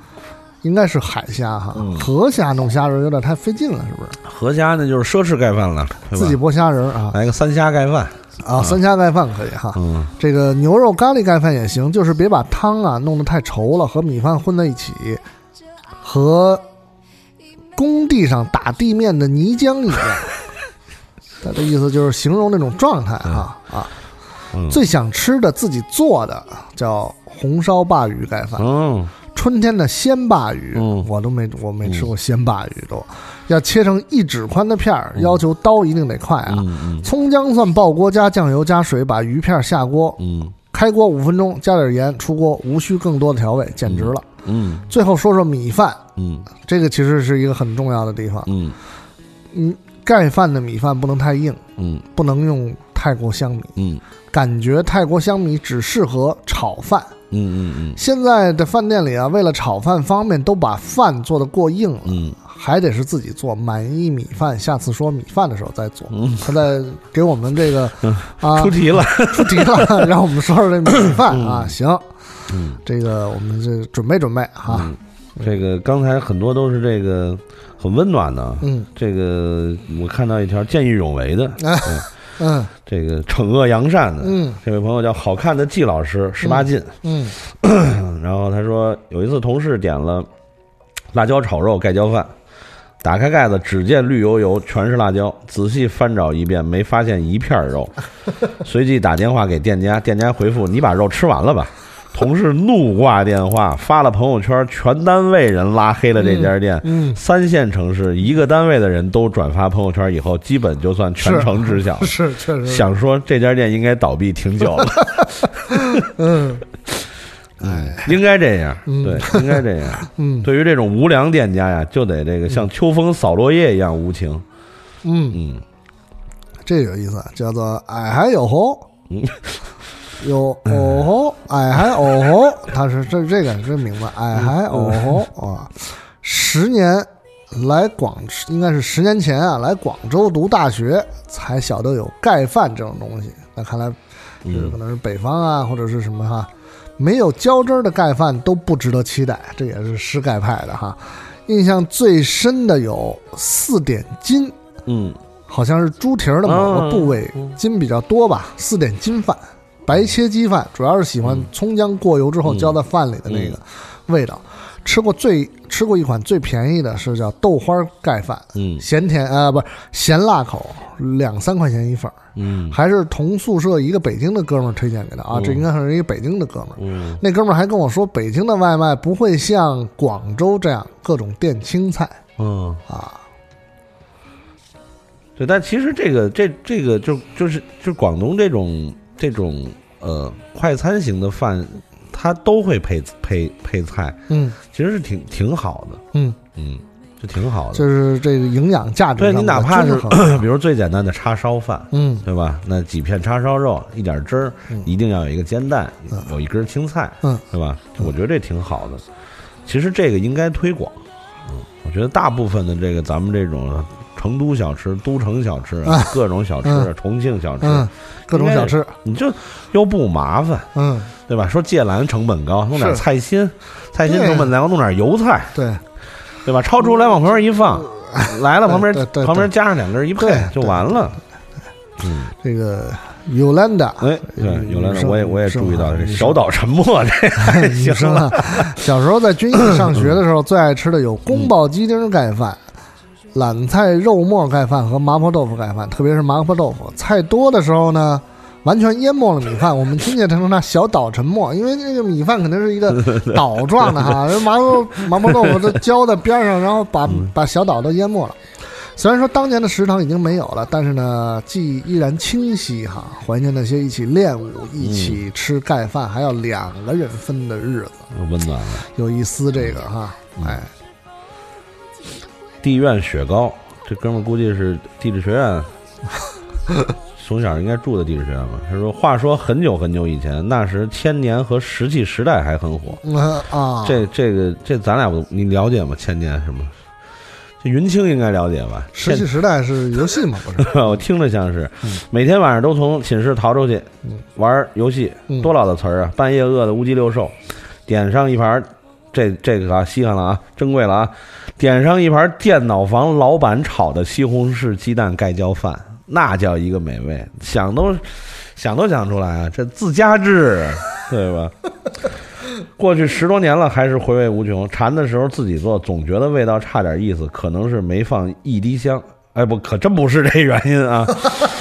应该是海虾哈，
嗯
河虾弄虾仁有点太费劲了，是不是？
河虾呢就是奢侈盖饭了，对吧
自己剥虾仁啊，
来个三虾盖饭
啊，三虾盖饭可以哈。
嗯
这个牛肉咖喱盖饭也行，就是别把汤啊弄得太稠了，和米饭混在一起，和工地上打地面的泥浆 一样。他的意思就是形容那种状态哈啊。
嗯
最想吃的自己做的叫红烧鲅鱼盖饭，
嗯，
春天的鲜鲅鱼，我都没我没吃过鲜鲅鱼都，
嗯
要切成一指宽的片儿，要求刀一定得快啊。
嗯
葱姜蒜爆锅加酱油加水，把鱼片下锅，
嗯，
开锅五分钟，加点盐，出锅，无需更多的调味，简直了。
嗯
最后说说米饭，
嗯
这个其实是一个很重要的地方。
嗯
嗯，盖饭的米饭不能太硬，
嗯
不能用泰国香米，
嗯
感觉泰国香米只适合炒饭。
嗯嗯
现在的饭店里啊，为了炒饭方便，都把饭做得过硬了，
嗯
还得是自己做。满意米饭，下次说米饭的时候再做。他在给我们 这个
嗯
啊
出题了，
出题 了，让我们说说这米饭啊。行，
嗯，
这个我们这准备准备哈。
这个刚才很多都是这个很温暖的，
嗯，
这个我看到一条见义勇为的，
啊
嗯
嗯
这个惩恶扬善的，
嗯
这位朋友叫好看的季老师，十八禁。
嗯
然后他说有一次同事点了辣椒炒肉盖浇饭，打开盖子只见绿油油全是辣椒，仔细翻找一遍没发现一片儿 肉，随即打电话给店家，店家回复你把肉吃完了吧。同事怒挂电话，发了朋友圈，全单位人拉黑了这家店。
嗯
三线城市一个单位的人都转发朋友圈以后，基本就算全
是
城知 晓了。
是确实是
想说这家店应该倒闭挺久了，
嗯哎
应该这样，
嗯
对，应该这样。
嗯
对于这种无良店家呀，就得这个像秋风扫落叶一样无情。
嗯，
嗯
这有意思啊，叫做矮还有红。
嗯
有哦吼，矮还哦吼，他是这这个这名字，矮还
嗯
哦吼啊！十年来广，应该是十年前啊，来广州读大学才晓得有盖饭这种东西。那看来
嗯
就是可能是北方啊，或者是什么哈，没有浇汁儿的盖饭都不值得期待，这也是湿盖派的哈。印象最深的有四点筋，
嗯
好像是猪蹄儿的某个部位
嗯嗯
筋比较多吧，四点筋饭，白切鸡饭，主要是喜欢葱姜过油之后
嗯
浇在饭里的那个味道。吃过最吃过一款最便宜的是叫豆花盖饭，
嗯
咸甜啊、呃不是咸辣口，两三块钱一份儿，
嗯
还是同宿舍一个北京的哥们儿推荐给的啊，
嗯
这应该是一个北京的哥们儿。
嗯
那哥们儿还跟我说，北京的外卖不会像广州这样各种垫青菜
嗯，
啊，
对。但其实这个这这个就就是就广东这种这种呃快餐型的饭，它都会配配配菜，
嗯
其实是挺挺好的。
嗯，
嗯，就挺好的。
就是这个营养价值
对
上
你
面
哪怕是
均 衡
比如最简单的叉烧饭，
嗯
对吧？那几片叉烧肉，一点汁儿，一定要有一个煎蛋，有一根青菜，
嗯，
对吧？我觉得这挺好的。其实这个应该推广。嗯，我觉得大部分的这个咱们这种成都小吃、都城小吃啊
啊，
各种小吃啊，
嗯
重庆小吃，
嗯，各种小吃，
你就又不麻烦，
嗯，
对吧？说芥兰成本高，弄点
是
菜心，菜心
对啊
成本再高，弄点油菜，
对
对吧？抄出来往旁边一放，来了旁边
嗯对对对
旁边加上两根一配
对
就完了。嗯。
这个 Yolanda，
哎，对，
嗯
有来了，
女生
我也我也
女生
注意到
啊
这
女生
小岛沉默这个
女
哎行
生
了，
啊，小时候在军艺上学的时候，最爱吃的有宫保鸡丁盖饭、榄菜肉末盖饭和麻婆豆腐盖饭，特别是麻婆豆腐，菜多的时候呢，完全淹没了米饭。我们听见他说那小岛沉没，因为那个米饭肯定是一个岛状的哈，人麻婆麻婆豆腐都浇在边上，然后把
嗯
把小岛都淹没了。虽然说当年的食堂已经没有了，但是呢，记忆依然清晰哈，怀念那些一起练舞、一起吃盖饭，还要两个人分的日子，
温暖了。
有啊一丝这个哈，哎，
地院雪糕，这哥们儿估计是地质学 院，从小应该住的地质学院吧。他说：“话说很久很久以前，那时千年和石器时代还很火。
嗯啊，
这这个这咱俩不你了解吗？千年什么？这云清应该了解吧？
石器时代是游戏嘛，不是？
千 我听着像是，每天晚上都从寝室逃出去玩游戏，多老的词儿啊！半夜饿得乌鸡六兽，点上一盘儿，这这个啊稀罕了啊，珍贵了啊！点上一盘儿电脑房老板炒的西红柿鸡蛋盖浇饭，那叫一个美味，想都想都想出来啊！这自家 制，对吧？过去十多年了，还是回味无穷。馋的时候自己做，总觉得味道差点意思，可能是没放一滴香。哎，不，可真不是这原因 啊。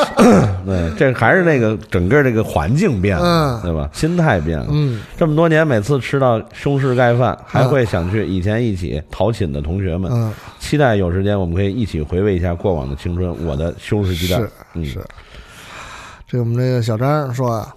对，这还是那个整个这个环境变了，
嗯
对吧？心态变了。
嗯，
这么多年，每次吃到中式盖饭，还会想去以前一起淘寝的同学们。
嗯，
期待有时间我们可以一起回味一下过往的青春。我的西红柿鸡蛋
是，
嗯，
是这个我们这个小张说啊，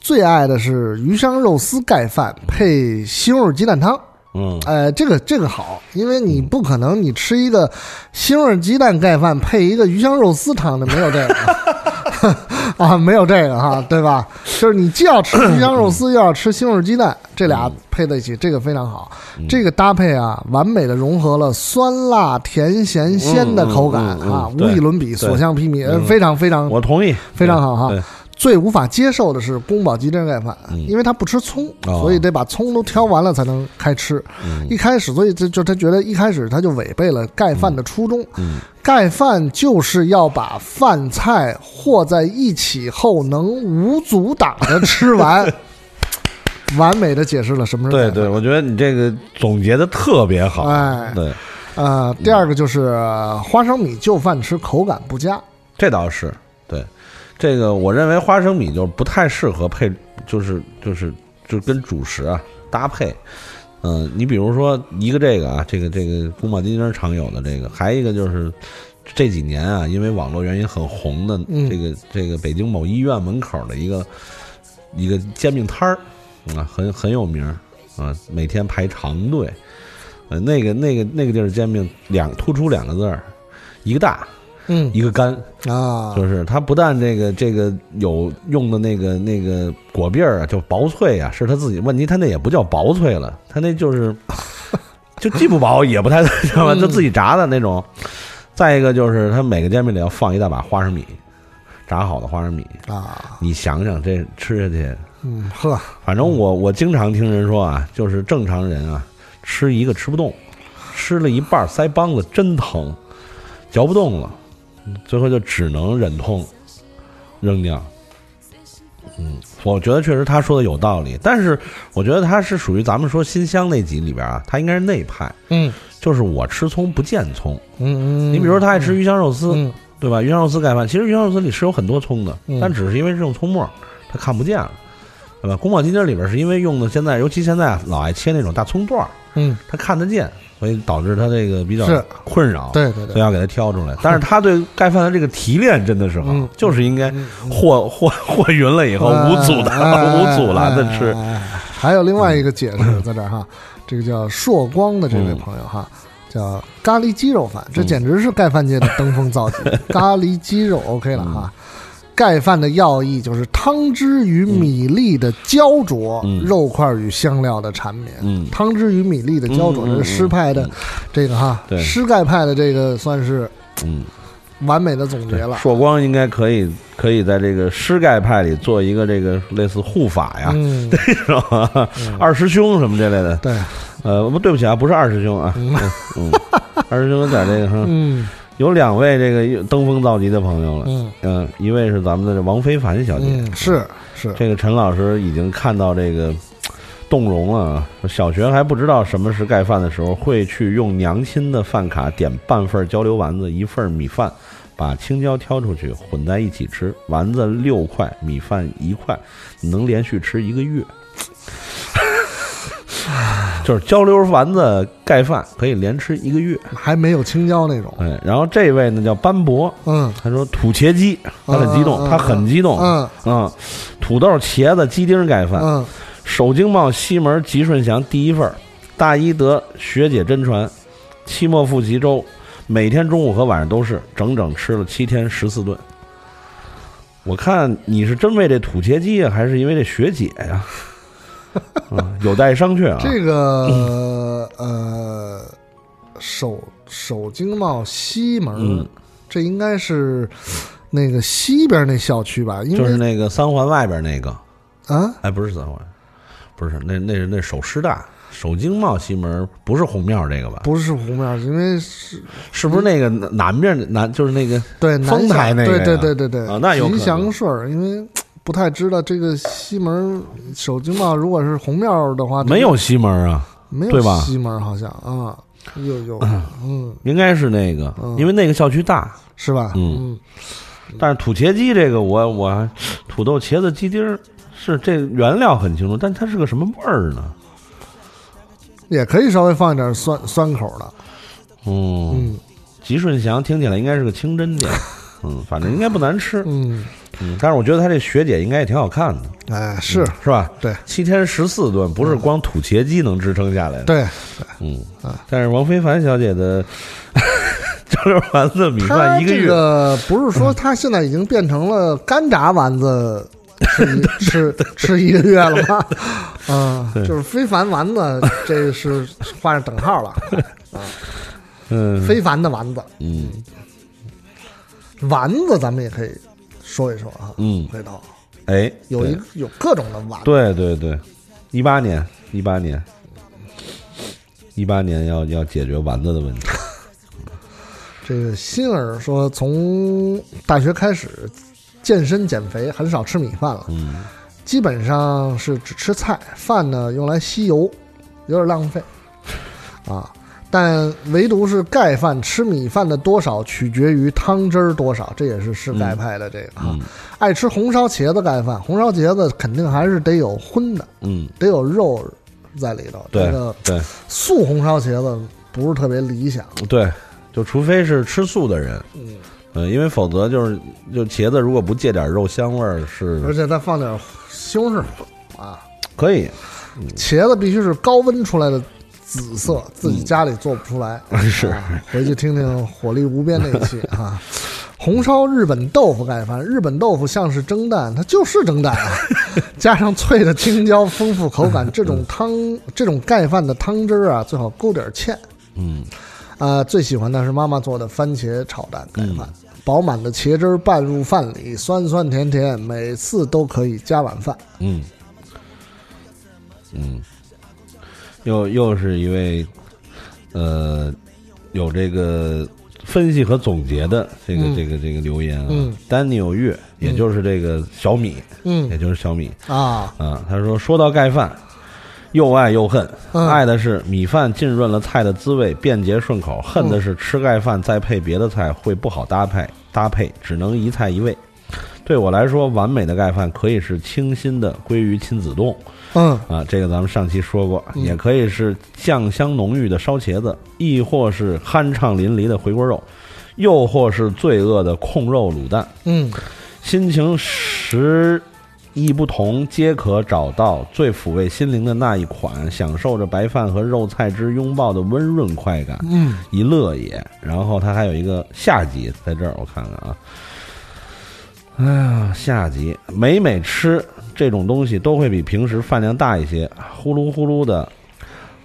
最爱的是鱼香肉丝盖饭配西红柿鸡蛋汤。
嗯，
哎，这个这个好，因为你不可能你吃一个西红柿鸡蛋盖饭配一个鱼香肉丝汤的，没有这个 啊，没有这个哈，对吧？就是你既要吃鱼香肉丝，又要吃西红柿鸡蛋，这俩配在一起，这个非常好。
嗯
这个搭配啊，完美的融合了酸辣、甜、咸、鲜的口感
嗯嗯嗯
啊，无
对
以伦比，
对
所向披靡，呃
嗯
非常非常
我同意，
非常好哈
对。
最无法接受的是宫保鸡丁盖饭，因为他不吃葱，
嗯哦嗯
所以得把葱都挑完了才能开吃。一开始，所以这就他觉得一开始他就违背了盖饭的初衷。
嗯
盖饭就是要把饭菜和在一起后能无阻挡的吃 完，完美的解释了什么是盖
对
饭。
对，我觉得你这个总结的特别好。
嗯哎
对，
呃，第二个就是呃花生米就饭吃，口感不佳。
这倒是对。这个我认为花生米就不太适合配，就是就是就跟主食啊搭配。嗯、你比如说一个这个啊，这个这个宫保鸡丁常有的这个，还有一个就是这几年啊，因为网络原因很红的
嗯
这个、这个北京某医院门口的一个一个煎饼摊儿嗯啊，很很有名儿啊，每天排长队。呃，那个那个那个地儿煎饼两突出两个字儿，一个大
嗯
一个干，
啊，
就是它不但这个这个有用的那个那个果篦儿啊，就薄脆啊，是他自己问题，他那也不叫薄脆了，他那就是 就既不薄也不 太，知道吧？
嗯
就自己炸的那种。再一个就是他每个煎饼里要放一大把花生米，炸好的花生米，
啊，
你想想这吃下去，
嗯呵，
反正我我经常听人说啊，就是正常人啊，吃一个吃不动，吃了一半儿腮帮子真疼，嚼不动了，最后就只能忍痛扔掉。嗯，我觉得确实他说的有道理，但是我觉得他是属于咱们说新乡那集里边啊，他应该是内派，
嗯
就是我吃葱不见葱。
嗯嗯，
你比如说他爱吃鱼香肉丝，
嗯
对吧？鱼香肉丝盖饭，其实鱼香肉丝里是有很多葱的，
嗯
但只是因为是用葱末儿，它看不见了，对吧？宫保鸡丁里边是因为用的现在，尤其现在老爱切那种大葱段儿，
嗯，
它看得见，所以导致它这个比较
是
困扰，
对对对
所以要给它挑出来。但是他对盖饭的这个提炼真的是好，
嗯啊
就是应该和和和匀了 以后哦无阻的、 无阻拦的吃，
哎还有另外一个解释在这儿哈，这个叫硕光的这位朋友哈，叫咖喱鸡肉饭，这简直是盖饭界的登 峰造极。咖喱鸡肉 OK 了哈。
嗯
盖饭的要义就是汤汁与米粒的焦灼，
嗯
肉块与香料的缠绵。
嗯
汤汁与米粒的焦灼，
嗯嗯
这是诗派的，这个哈，
对
诗盖派的这个算是
嗯。
完美的总结了。
硕光应该可以，可以在这个施盖派里做一个这个类似护法呀，
嗯，
这种啊 二师兄什么之类的。
对，
呃，不，对不起啊，不是二师兄啊，嗯，二师兄在这个哈，
嗯
有两位这个登峰造极的朋友了，
嗯
嗯，一位是咱们的这王非凡小姐，
嗯，是是，
这个陈老师已经看到这个动容了。小学还不知道什么是盖饭的时候，会去用娘亲的饭卡点半份焦溜丸子，一份米饭，把青椒挑出去混在一起吃，丸子六块，米饭一块，能连续吃一个月。就是焦溜丸子盖饭可以连吃一个月，
还没有青椒那种。
哎，然后这位呢叫班博，
嗯，
他说土茄鸡，他很激动，
嗯嗯
他很激动，
嗯
嗯，土豆、茄子、鸡丁盖饭，
嗯，
首经贸西门吉顺祥第一份儿，大一得学姐真传，期末复习周，每天中午和晚上都是，整整吃了七天十四顿。我看你是真为这土茄鸡啊，还是因为这学姐呀、 啊？有待商榷啊。
这
嗯
个呃，首首经贸西门，
嗯
这应该是那个西边那校区吧？因为、
就是那个三环外边那个，
啊，
哎，不是三环，不是那那是那首师大首经贸西门，不是红庙这个吧？
不是湖面，因为是
是不是那个南南面南就是那个
对南
丰台
翔
那个呀？
对对对对对
啊，那有可
吉
能
祥顺儿，因为。不太知道这个西门首经贸，如果是红庙的话，这个
没有西门啊，
没
对
有
吧？
西门好像啊，有有，嗯，
应该是那个，因为那个校区大，
是吧？
嗯，但是土茄鸡这个我，我土豆、茄子、鸡丁儿是这个原料很清楚，但它是个什么味儿呢？
也可以稍微放一点酸酸口的，
嗯，吉顺祥听起来应该是个清真 店，嗯，反正应该不难吃，
嗯
嗯，但是我觉得他这学姐应该也挺好看的，
哎，是
嗯是吧？
对，嗯
七天十四顿，不是光土茄鸡能支撑下来的，
对，啊
嗯，但是王非凡小姐的 蒸溜丸子米
它
饭一个
这
月，嗯
个不是说它现在已经变成了干炸 丸子吃一吃吃一个月了吗？嗯，
对
就是非凡 丸子，这是画上等号了，啊
嗯，
非凡的丸子，
嗯
丸子咱们也可以说一说啊，
嗯，
回头
哎，
有一有各种的丸子，
对对对，一八年，一八年，一八年要要解决丸子的问题。
这个欣儿说，从大学开始健身减肥，很少吃米饭了，
嗯，
基本上是只吃菜，饭呢用来吸油，有点浪费啊。但唯独是盖饭吃米饭的多少取决于汤汁儿多少，这也是是
嗯
盖派的这个啊。爱吃红烧茄子盖饭，红烧茄子肯定还是得有荤的，
嗯，
得有肉在里头。
对
这个
对
素红烧茄子不是特别理想。
对，就除非是吃素的人，
嗯，
呃，因为否则就是就茄子如果不借点肉香味儿
而
是
且再放点西红柿啊，
可以，
茄子必须是高温出来的紫色，自己家里做不出来。
是
啊回去听听火力无边那一期啊。红烧日本豆腐盖饭，日本豆腐像是蒸蛋，它就是蒸蛋啊， 加上脆的青椒，丰富口感。这种汤，这种盖饭的汤汁儿啊，最好勾点儿芡。
嗯
啊、最喜欢的是妈妈做的番茄炒蛋盖饭，饱满的茄汁儿拌入饭里，酸酸甜甜，每次都可以加碗饭。
嗯嗯，又又是一位呃有这个分析和总结的这个、
嗯
这个这个留言啊，
嗯
丹尼尔月，也就是这个小米，
嗯
也就是小米，
啊，
啊，他说说到盖饭，又爱又恨，
嗯
爱的是米饭浸润了菜的滋味，便捷顺口；恨的是吃盖饭再配别的菜会不好搭配，搭配只能一菜一味。对我来说，完美的盖饭可以是清新的鲑鱼亲子冻
嗯
啊，这个咱们上期说过，
嗯
也可以是酱香浓郁的烧茄子，亦或是酣畅淋漓的回锅肉，又或是罪恶的控肉卤蛋。
嗯
心情时异不同，皆可找到最抚慰心灵的那一款，享受着白饭和肉菜之拥抱的温润快感，
嗯，
一乐也。然后它还有一个下集，在这儿我看看啊，哎呀，下集每每吃这种东西都会比平时饭量大一些，呼噜呼噜的。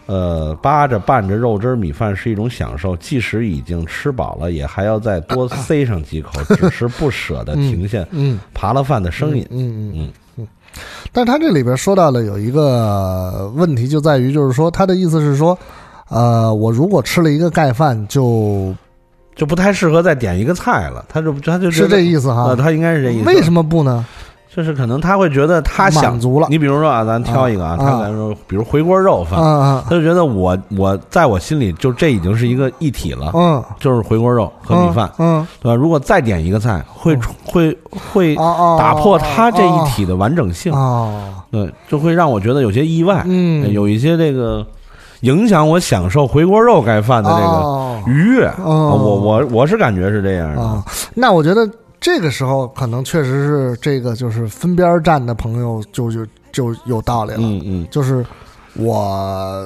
呃，扒着拌着肉汁儿米饭是一种享受，即使已经吃饱了，也还要再多塞上几口，只是不舍得停下
嗯
扒拉饭的声音。
嗯
嗯
但是他这里边说到了有一个问题，就在于就是说他的意思是说，呃，我如果吃了一个盖饭就，
就不太适合再点一个菜了。他就他就是
这意思哈
呃，他应该是这意思。
为什么不呢？
就是可能他会觉得他想
满足了。
你比如说啊，咱挑一个啊，
啊
他咱说，比如回锅肉饭，
啊啊
他就觉得我我在我心里就这已经是一个一体了，
嗯，
就是回锅肉和米饭，
嗯，
对吧？如果再点一个菜，会
啊
出会会
哦哦
打破他这一体的完整性，
哦，
对，就会让我觉得有些意外，
嗯
有一些这个影响我享受回锅肉盖饭的这
哦
个愉悦，啊
哦
我我我是感觉是这样的，
啊，那我觉得这个时候可能确实是这个就是分边儿站的朋友就就就有道理了，
嗯嗯
就是我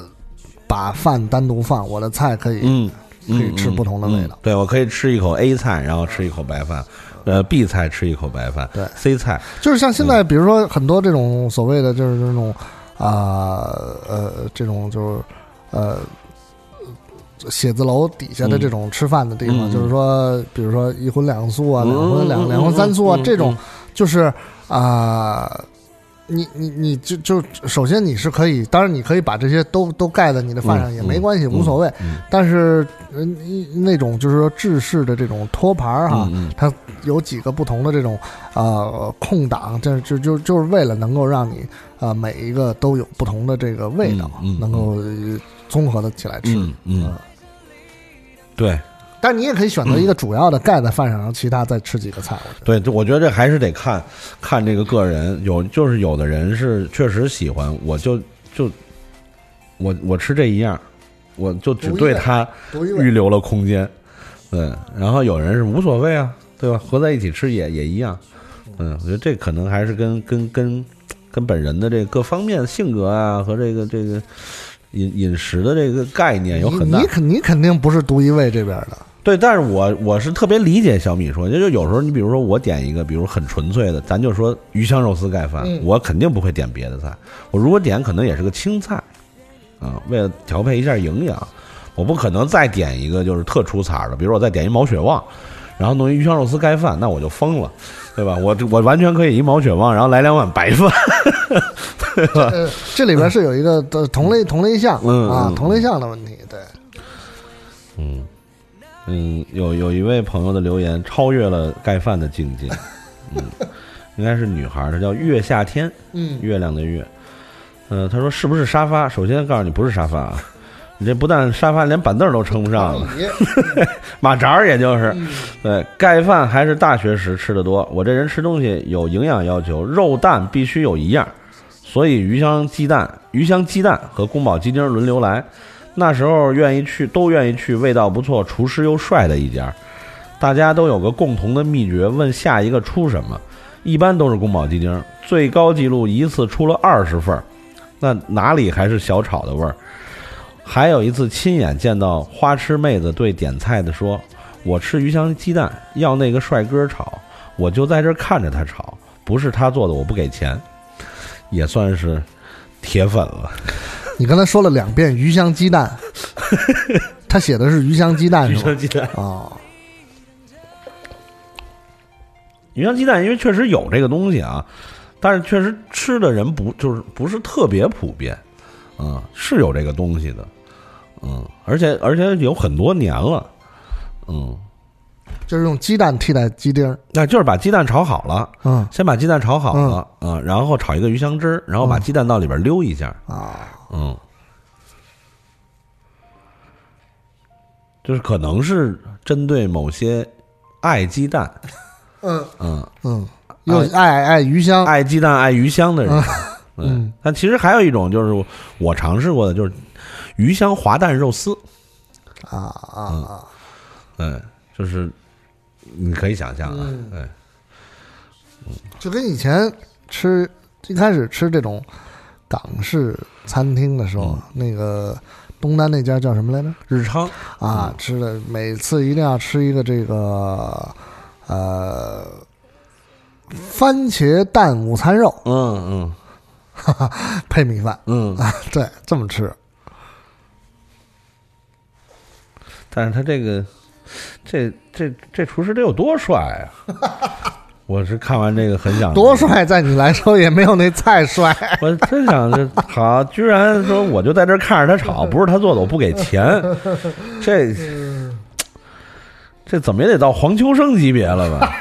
把饭单独放，我的菜可以，
嗯，嗯
可以吃不同的味
嗯
道
嗯对，我可以吃一口 A 菜，然后吃一口白饭，呃，B 菜吃一口白饭，
对
，C 菜，
就是像现在比如说很多这种所谓的就是这种啊呃这种就是呃。写字楼底下的这种吃饭的地方，
嗯嗯
就是说，比如说一荤两素啊，
嗯
两荤
嗯
两两荤三素啊，
嗯嗯
这种就是啊、你你你就就首先你是可以，当然你可以把这些都都盖在你的饭上
嗯
也
嗯
没关系，
嗯
无所谓。
嗯
但是呃一那种就是说制式的这种托盘儿哈，
嗯嗯
它有几个不同的这种呃空档，这就就就是为了能够让你呃每一个都有不同的这个味道，
嗯嗯
能够呃综合的起来吃。啊呃
嗯嗯，对
但你也可以选择一个主要的盖在饭上，然后其他再吃几个菜。我觉
对，这我觉得这还是得看看这个个人，有就是有的人是确实喜欢，我就就我我吃这一样，我就只
独一
对
味
他
独一味
预留了空间，对，然后有人是无所谓啊，对吧？合在一起吃也也一样，嗯，我觉得这可能还是跟跟跟跟本人的这各方面性格啊和这个这个饮饮食的这个概念有
得
很
你
大
你肯你肯定不是独一味这边 的，
对，但是我我是特别理解小米说，就是有时候你比如说我点一个，比如很纯粹的，咱就说鱼香肉丝盖饭，
嗯
我肯定不会点别的菜，我如果点可能也是个青菜，啊，为了调配一下营养，我不可能再点一个就是特出彩儿的，比如我再点一毛血旺，然后弄一鱼香肉丝盖饭，那我就疯了，对吧？我我完全可以一毛血旺，然后来两碗白饭， 对吧？
呃，这里边是有一个呃同类同类项
嗯
啊
嗯，
同类项的问题，对，
嗯，嗯，有有一位朋友的留言超越了盖饭的境界，嗯，应该是女孩儿，她叫月夏天，
嗯
月亮的月，呃，她说是不是沙发？首先告诉你不是沙发啊， 你这不但沙发连板凳都称不上了， 马扎儿也就是，对，盖饭还是大学时吃的多。我这人吃东西有营养要求，肉蛋必须有一样，所以鱼香鸡蛋、鱼香鸡蛋和宫保鸡丁轮流来。那时候愿意去，都愿意去，味道不错，厨师又帅的一家。大家都有个共同的秘诀，问下一个出什么，一般都是宫保鸡丁，最高记录一次出了二十份儿，那哪里还是小炒的味儿？还有一次亲眼见到花痴妹子对点菜的说：“我吃鱼香鸡蛋，要那个帅哥炒，我就在这儿看着他炒，不是他做的我不给钱。”也算是铁粉了，
你刚才说了两遍鱼香 鸡蛋，他写的是鱼香鸡蛋
鱼
是吧
香？鸡蛋。
哦，
鱼香鸡蛋，因为确实有这个东西啊，但是确实吃的人不就是不是特别普遍，嗯，是有这个东西的，嗯，而且而且有很多年了，嗯，
就是用鸡蛋替代鸡丁儿，
那就是把鸡蛋炒好了，
嗯
先把鸡蛋炒好了，嗯，然后炒一个鱼香汁儿，然后把鸡蛋到里边溜一下，
啊，
嗯，就是可能是针对某些爱鸡蛋，
嗯
嗯，
嗯，又爱爱鱼香，
爱鸡蛋爱鱼香的人。
嗯，
但其实还有一种就是我尝试过的，就是鱼香滑蛋肉丝。
啊啊啊，
嗯，就是你可以想象啊，
嗯
嗯，
就跟以前吃一开始吃这种港式餐厅的时候，那个东单那家叫什么来着？
日昌，
啊，吃的每次一定要吃一个这个呃番茄蛋午餐肉
嗯
配米饭
嗯嗯，
啊，对，这么吃，
但是他这个这这这厨师得有多帅啊！ 我是看完这个很想
多，帅，在你来说也没有那菜帅。
我真想这好，居然说我就在这儿看着他炒，不是他做的，我不给钱，这这怎么也得到黄秋生级别了吧？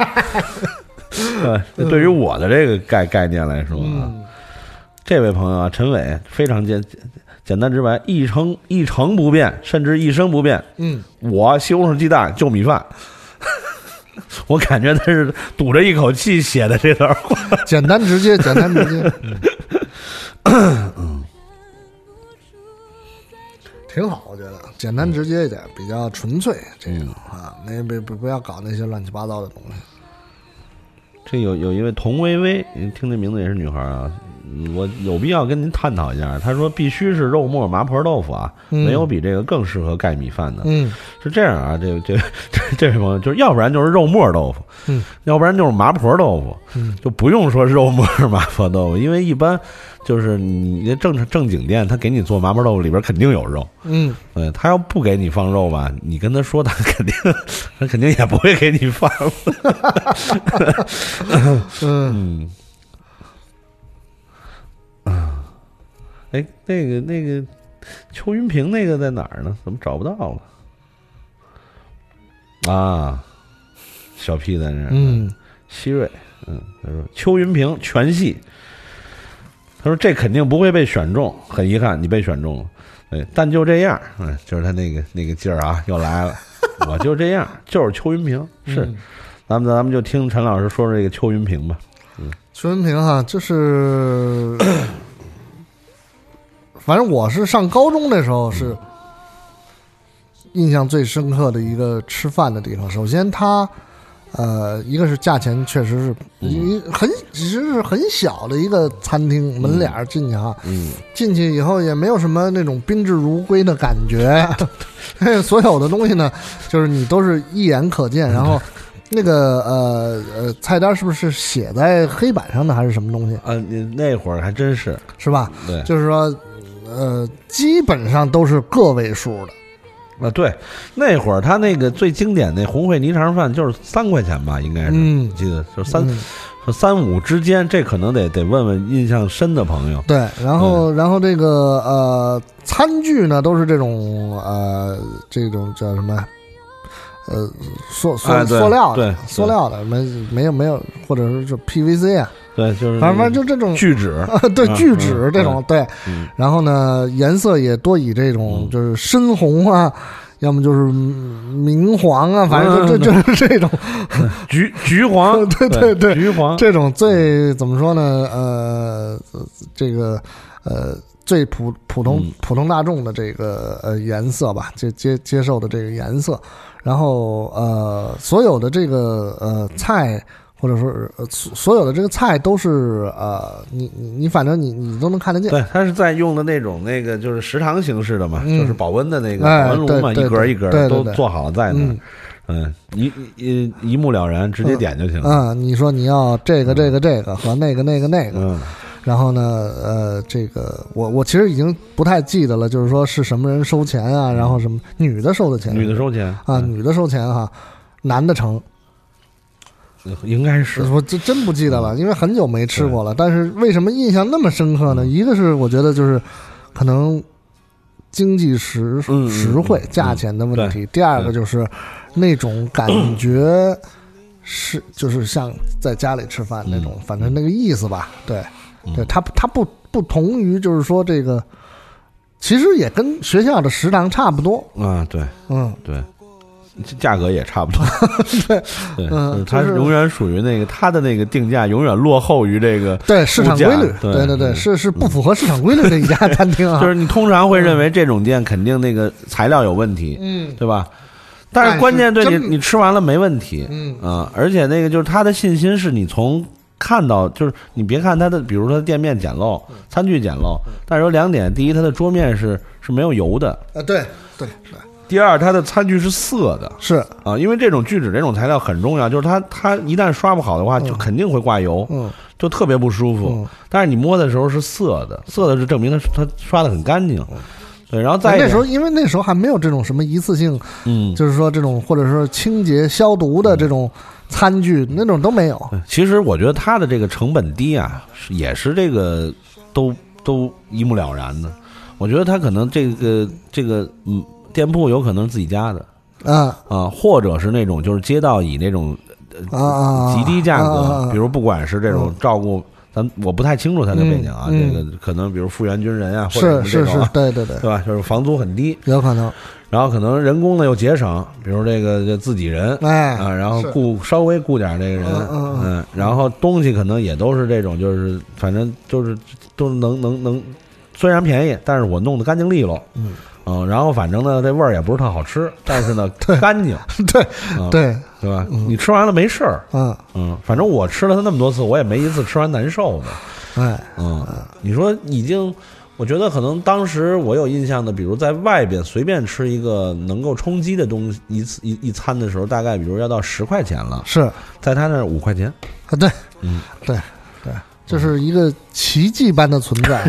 呃这对于我的这个概概念来说啊，这位朋友啊，陈伟非常简简简单直白，一成一成不变，甚至一生不变。
嗯，
我西红柿鸡蛋就米饭。 我感觉他是堵着一口气写的这段话，
简单直接，简单直 接，嗯挺好，我觉得简单直接一点，比较纯粹这个啊，那别不不要搞那些乱七八糟的东西。
这有有一位童薇薇，您听这名字也是女孩啊，嗯我有必要跟您探讨一下。她说必须是肉末麻婆豆腐啊，
嗯
没有比这个更适合盖米饭的。
嗯，
是这样啊，这 这这这位朋友，就是要不然就是肉末豆腐，
嗯，
要不然就是麻婆豆腐，
嗯，
就不用说肉末麻婆豆腐，因为一般就是你正正经店，他给你做麻婆豆腐里边肯定有肉，
嗯，
对呃他要不给你放肉吧，你跟他说，他肯定他肯定也不会给你放。 嗯，啊，哎，那个那个邱云平那个在哪儿呢？怎么找不到了？啊，小 P 在那儿。
嗯，
希瑞，嗯，他说邱云平全系。他说这肯定不会被选中，很遗憾你被选中了。对，但就这样，嗯，就是他那个那个劲儿啊，又来了。我就这样，就是邱云平，是。
嗯
咱们咱们就听陈老师说说这个邱云平吧。
邱文平哈，就是，反正我是上高中的时候是印象最深刻的一个吃饭的地方。首先它，呃，一个是价钱确实是一很只是很小的一个餐厅门脸儿进去哈，
嗯，
进去以后也没有什么那种宾至如归的感觉，所有的东西呢，就是你都是一眼可见，然后那个呃呃菜单是不是写在黑板上的还是什么东西，
啊，你那会儿还真是，
是吧？
对，
就是说呃基本上都是个位数的，
啊，对，那会儿他那个最经典那红烩泥肠饭就是三块钱吧，应该是，
嗯
记得就是三、
嗯
说三五之间，这可能得得问问印象深的朋友。
对，然后、然后这个呃餐具呢都是这种呃这种叫什么？呃，塑塑、
哎对
塑料的
对，
塑料的没没有没有，或者是就 PVC 啊，
对，就是
反正就这种，
嗯聚酯
对聚酯这种、对
嗯，
然后呢，颜色也多以这种就是深红啊，要么就是明黄啊，反正就
嗯
这就是这种
橘橘黄，
对对对，
橘黄嗯
这种最怎么说呢？呃，这个呃最普普通
嗯
普通大众的这个呃颜色吧，接接接受的这个颜色，然后呃所有的这个呃菜。或者说，呃，所所有的这个菜都是呃，你你你，反正你你都能看得见。
对，他是在用的那种那个就是食堂形式的嘛，
嗯
就是保温的那个
哎
保温炉嘛，
对对
一格一格的
对对
都
对
做好在那儿
嗯，
嗯，一一一目了然，直接点就行了。
嗯，你说你要这个这个这个和那个那个那个，
嗯
然后呢，呃，这个我我其实已经不太记得了，就是说是什么人收钱啊，然后什么女的收的钱，
嗯女的收钱
啊，女的收钱哈、男的成，
嗯应该是嗯
我这真不记得了，因为很久没吃过了。但是为什么印象那么深刻
嗯
呢？一个是我觉得就是可能经济实
嗯嗯
实惠、价钱的问题；第二个就是 那种感觉是就是像在家里吃饭
嗯
那种，反正那个意思吧。对，对，它它不不同于就是说这个，其实也跟学校的食堂差不多。
啊，对，
嗯，
对，这价格也差不 多。 对，
嗯
就是它
就是
永远属于那个它的那个定价永远落后于这个
对市场
物价
规律，
对嗯
对对，是是不符合市场规律的一 家餐厅啊。
就是你通常会认为这种店肯定那个材料有问题，
嗯
对吧？但
但
是
是
关键对你，
真
你吃完了没问题，
嗯
啊，而且那个就是他的信心是你从看到，就是你别看他的，比如说店面简陋，
嗯
餐具简陋，但是有两点，第一，它的桌面是是没有油的，
啊，对对对，
第二，它的餐具是色的，
是
啊，因为这种聚酯这种材料很重要，就是它它一旦刷不好的话，就肯定会挂油，
嗯，
就特别不舒服。但是你摸的时候是涩的，涩的是证明它它刷的很干净，对，然后再一
嗯那
点
时候因为那时候还没有这种什么一次性，
嗯，
就是说这种或者说清洁消毒的这种餐具，那种都没有。
其实我觉得它的这个成本低啊，是也是这个都都一目了然的。我觉得它可能这个这个嗯，店铺有可能是自己家的
啊
啊，或者是那种就是街道以那种
啊啊，
极低价格，比
如
如不管是这种照顾，咱我不太清楚它的背景啊，
嗯
这个可能比如复员军人啊，或者
是
什么这
是
种
是
啊，，
对对对，
对吧？就是房租很低，
有可能，
然后可能人工呢又节省，比如这个这自己人，
哎
啊，然后
是
雇稍微雇点这个人，
嗯嗯嗯
嗯，然后东西可能也都是这种，就是反正就是都能能能，虽然便宜，但是我弄得干净利落，
嗯
嗯，然后反正呢这味儿也不是特好 吃，但是呢干净，
对
嗯
对，
对吧？你吃完了没事儿，
嗯
嗯，反正我吃了它那么多次，我也没一次吃完难受的，
哎，
嗯，你说已经，我觉得可能当时我有印象的，比如在外边随便吃一个能够充饥的东西一次一一餐的时候，大概比如要到十块钱了，
是啊，
在他那儿五块钱，
对
嗯，
对对，这是一个奇迹般的存 在，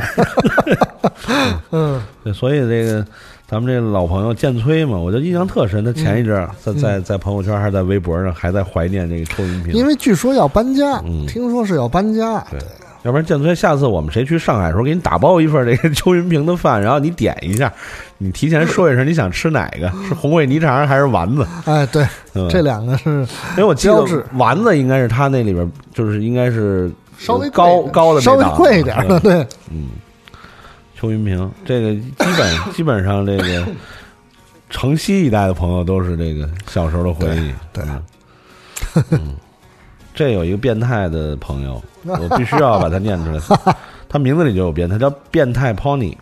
嗯
对，所以这个咱们这老朋友建崔嘛，我就印象特深，他前一阵儿在
嗯
在在朋友圈还是在微博上还在怀念这个抽音
因
瓶，
为据说要搬家，
嗯
听说是要搬家，
对。要不然，建崔，下次我们谁去上海的时候，给你打包一份这 个邱云平的饭，然后你点一下，你提前说一声你想吃哪 个，是红烩泥肠还是丸子？
哎，对，
嗯
这两个是
因为我记
标志
得丸子应该是他那里边，就是应该是
稍微
高
贵一点
高的那
稍微
档啊
贵一点的，
对
对，
嗯，邱云平这个基本基本上这个城西一带的朋友都是这个小时候的回忆，
对
嗯，嗯 这有一个变态的朋友，我必须要把他念出 来，他名字里就有变，他叫变态 pony，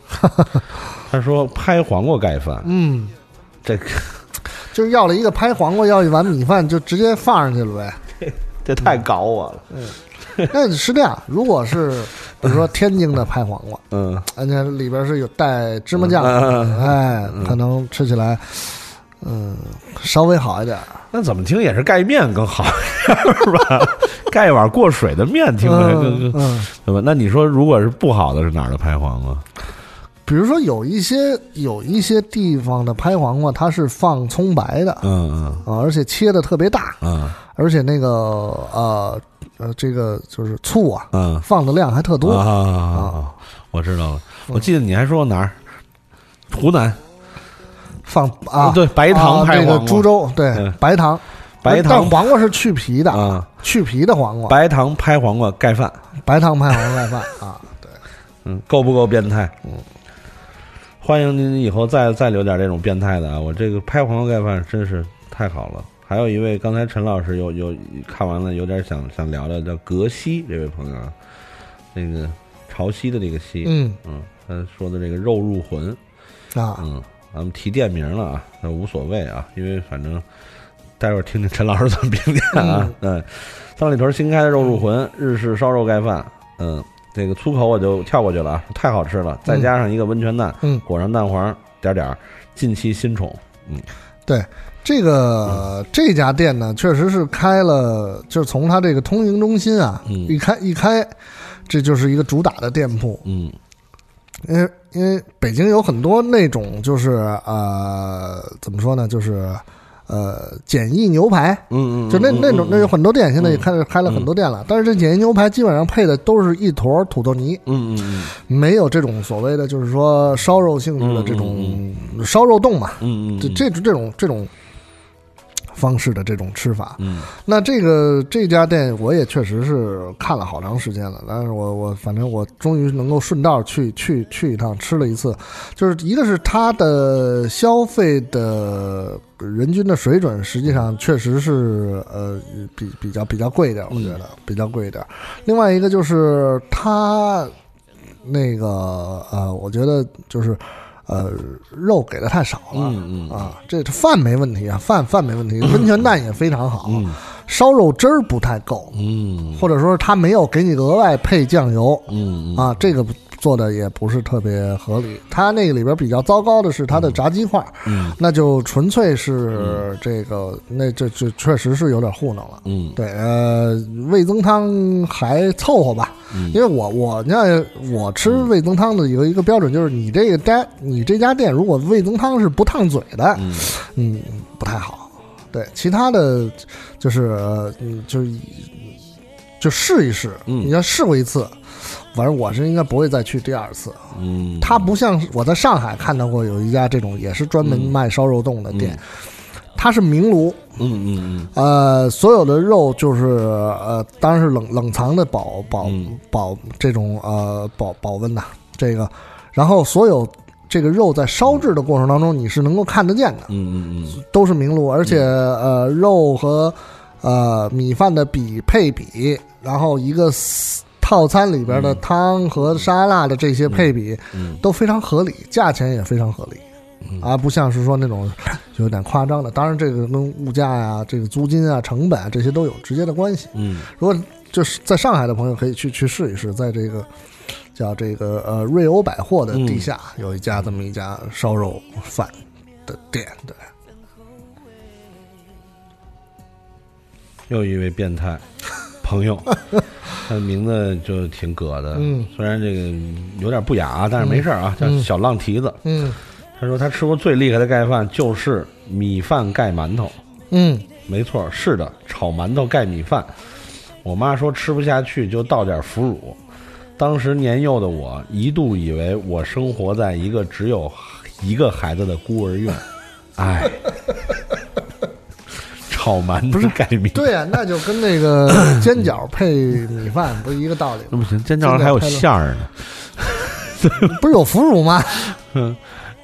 他说拍黄瓜盖饭，
嗯，
这个
就是要了一个拍黄瓜，要一碗米饭，就直接放上去了呗。
这太搞我了，
那是这样，如果是比如说天津的拍黄瓜，
嗯。
而且里边是有带芝麻酱
嗯嗯嗯
的，哎，可能吃起来，嗯，稍微好一点。
那怎么听也是盖面更好， 是吧？盖一碗过水的面听着更
嗯
更
嗯，
对吧？那你说如果是不好的是哪儿的拍黄瓜？
比如说有一些有一些地方的拍黄瓜，它是放葱白的
嗯
啊，而且切的特别大，
嗯
而且那个呃呃，这个就是醋啊，
嗯
放的量还特
嗯
多。嗯
啊！我知道了，我记得你还说哪儿？湖南哦
放啊，
嗯对白糖拍
啊、
黄
这个
瓜
株洲对
嗯
白糖，
白
但
糖
黄瓜是去皮的，
啊，
去皮的黄瓜，白
白糖拍黄瓜盖饭，
糖拍黄瓜盖饭 啊，
嗯，够不够变态？嗯，欢迎您以后再再留点这种变态的啊！我这个拍黄瓜盖饭真是太好了。还有一位，刚才陈老师有有看完了，有点想想聊聊叫格西这位朋友，啊，那个潮汐的这个西，
嗯
嗯，他说的这个肉入魂，
啊，
嗯，咱们提店名了啊，那无所谓啊，因为反正待会儿听听陈老师怎么评价啊。嗯，三里屯新开的肉入魂日式烧肉盖饭，嗯，这个粗口我就跳过去了啊，太好吃了，再加上一个温泉蛋，
嗯
裹上蛋黄，点儿点儿，近期新宠，
对。这个这家店呢，确实是开了，就是从它这个通营中心啊，
嗯
一开一开，这就是一个主打的店铺。
嗯
因为因为北京有很多那种就是呃，怎么说呢，就是呃简易牛排，
嗯嗯，
就那
嗯
那种，那有，很多店，现在也开始开了
嗯
很多店了。但是这简易牛排基本上配的都是一坨土豆泥，
嗯嗯嗯
没有这种所谓的就是说烧肉性质的这种
嗯
烧肉冻嘛，
嗯嗯，
这这这种这种方式的这种吃法。
嗯
那这个这家店我也确实是看了好长时间了，但是我我反正我终于能够顺道去去去一趟吃了一次，就是一个是它的消费的人均的水准，实际上确实是呃比比较比较贵一点，我觉
嗯
得比较贵一点。另外一个就是它那个呃，我觉得就是呃肉给的太少了。
嗯嗯
啊，这饭没问题啊，饭饭没问题，温泉蛋也非常好，
嗯
烧肉汁儿不太够，
嗯
或者说他没有给你额外配酱油
嗯
啊，这个做的也不是特别合理。他那个里边比较糟糕的是他的炸鸡块，
嗯
那就纯粹是这个，那这这确实是有点糊弄了。
嗯
对，呃，味增汤还凑合吧，
嗯
因为我我你看我吃味增汤的有一个标准就是，你这个家你这家店如果味增汤是不烫嘴的，
嗯
嗯，不太好。对，其他的就是呃嗯，就是就试一试，
嗯
你要试过一次，反正我是应该不会再去第二次。
嗯，
它不像我在上海看到过有一家这种也是专门
嗯
卖烧肉冻的店，它是明炉，
嗯嗯
呃，所有的肉就是呃，当然是冷冷藏的保保保这种呃保保温的这个，然后所有这个肉在烧制的过程当中，你是能够看得见的，
嗯嗯嗯，
都是明炉，而且呃肉和呃米饭的比配比，然后一个 s- 套餐里边的汤和沙拉的这些配比
嗯
都非常合理，价钱也非常合理。啊，不像是说那种就有点夸张的，当然这个跟物价呀、这个租金啊、成本啊这些都有直接的关系。
嗯，
如果就是在上海的朋友可以去去试一试，在这个叫这个呃瑞欧百货的地下、
嗯
有一家这么一家烧肉饭的店，对，
又一位变 态朋友，他的名字就挺葛的，
嗯
虽然这个有点不雅啊，但是没事儿啊，
嗯
叫小浪蹄子。
嗯
他说他吃过最厉害的盖饭就是米饭盖馒头，
嗯
没错，是的，炒馒头盖米饭。我妈说吃不下去就倒点腐乳。当时年幼的我一度以为我生活在一个只有一个孩子的孤儿 院，哎，炒馒头盖米饭。
对啊，那就跟 那个煎饺配米饭不是一个道理
那不
吗？
行，煎饺还有
配了
馅儿呢。
不是有腐 乳吗？
嗯，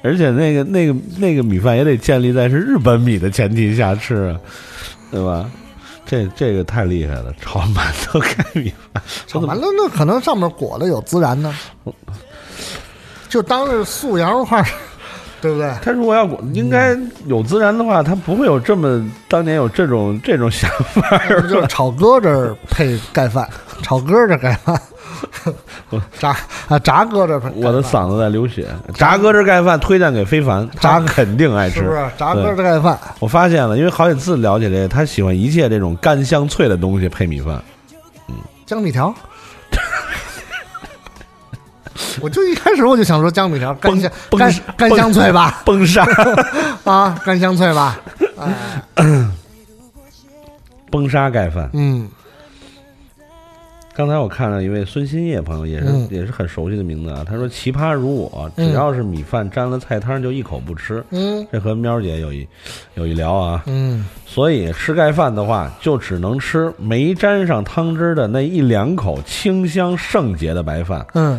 而且那个那个那个米饭也得建立在是日本米的前提下吃啊，对吧？这这个太厉害了，炒馒头盖米饭，
炒馒头那可能上面裹的有孜 然呢，就当是素羊肉块儿， 对不 对？
他如果要裹应该有孜然的话，他不会有这么当年有这种这种想法
那不就是
儿。
炒鸽子儿配盖饭，炒鸽子儿盖饭， 炸啊炸鸽子儿配，
我的 嗓子在流血，炸鸽子盖饭推荐给非凡，他肯定爱吃，
是不是？炸鸽
对
子儿盖饭，
我发现了，因为好几次了解这个，他喜欢一切这种干香脆的东西配米饭。
江米条。 我就一开始我就想说江米条干香干干香脆吧，
崩沙
啊，干香脆吧，哎，
崩沙盖饭，
嗯
刚才我看到一位孙新叶朋友，也是、
嗯
也是很熟悉的名字啊。他说：“奇葩如我，只
嗯
要是米饭沾了菜汤就一口不吃。”
嗯
这和喵姐有一有一聊啊。
嗯
所以吃盖饭的话，就只能吃没沾上汤汁的那一两口清香圣洁的白饭。
嗯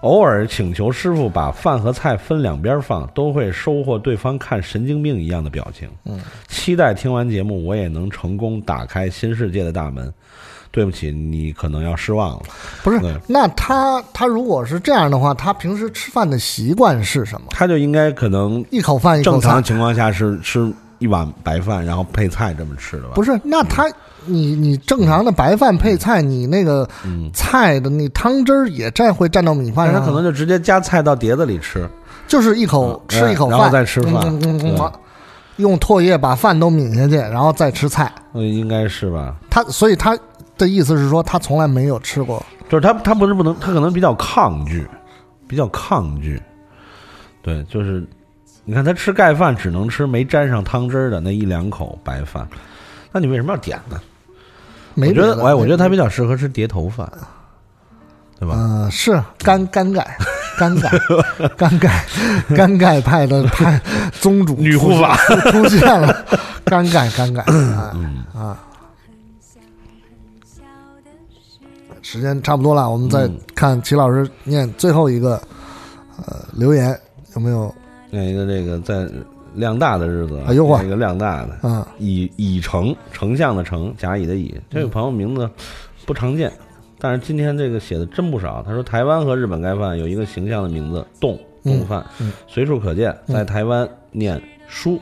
偶尔请求师傅把饭和菜分两边放，都会收获对方看神经病一样的表情。
嗯，
期待听完节目，我也能成功打开新世界的大门。对不起，你可能要失望了。
不是
对，
那他他如果是这样的话，他平时吃饭的习惯是什么？
他就应该可能
一口饭一口
正常
菜，
情况下是吃一碗白饭，然后配菜这么吃的吧？
不
是，
是？那他你你正常的白饭配菜，你那个
嗯，
菜的那汤汁儿也蘸会蘸到米
但
饭
是
上
他
啊，
可能就直接夹菜到碟子里吃。
就是一口
嗯
吃一口
嗯
饭，
然后再吃饭
嗯嗯嗯
对
嗯用唾液把饭都抿下去，然后再吃菜。
嗯，应该是吧？
他所以他的意思是说，他从来没有吃过
就是他他不是不能，他可能比较抗拒，比较抗拒。对，就是你看他吃盖饭只能吃没沾上汤汁儿的那一两口白饭，那你为什么要点呢？
没
我觉
别
得，
的
哎，我觉得他比较适合吃碟头饭，对吧？
嗯、是干干盖，干盖，干盖，干盖派的派宗主
女护法
出出出现了，干盖，干盖，啊、啊！时间差不多了，我们再
嗯
看齐老师念最后一个呃留言有没有？
那一个这个在量大的日子啊，
哎呦哇
一个量大的，
嗯
乙乙成丞相的丞，甲乙的乙，这位朋友名字不常见，但是今天这个写的真不少。他说，台湾和日本盖饭有一个形象的名字“冻冻饭”，
嗯
随处可见，在台湾念书，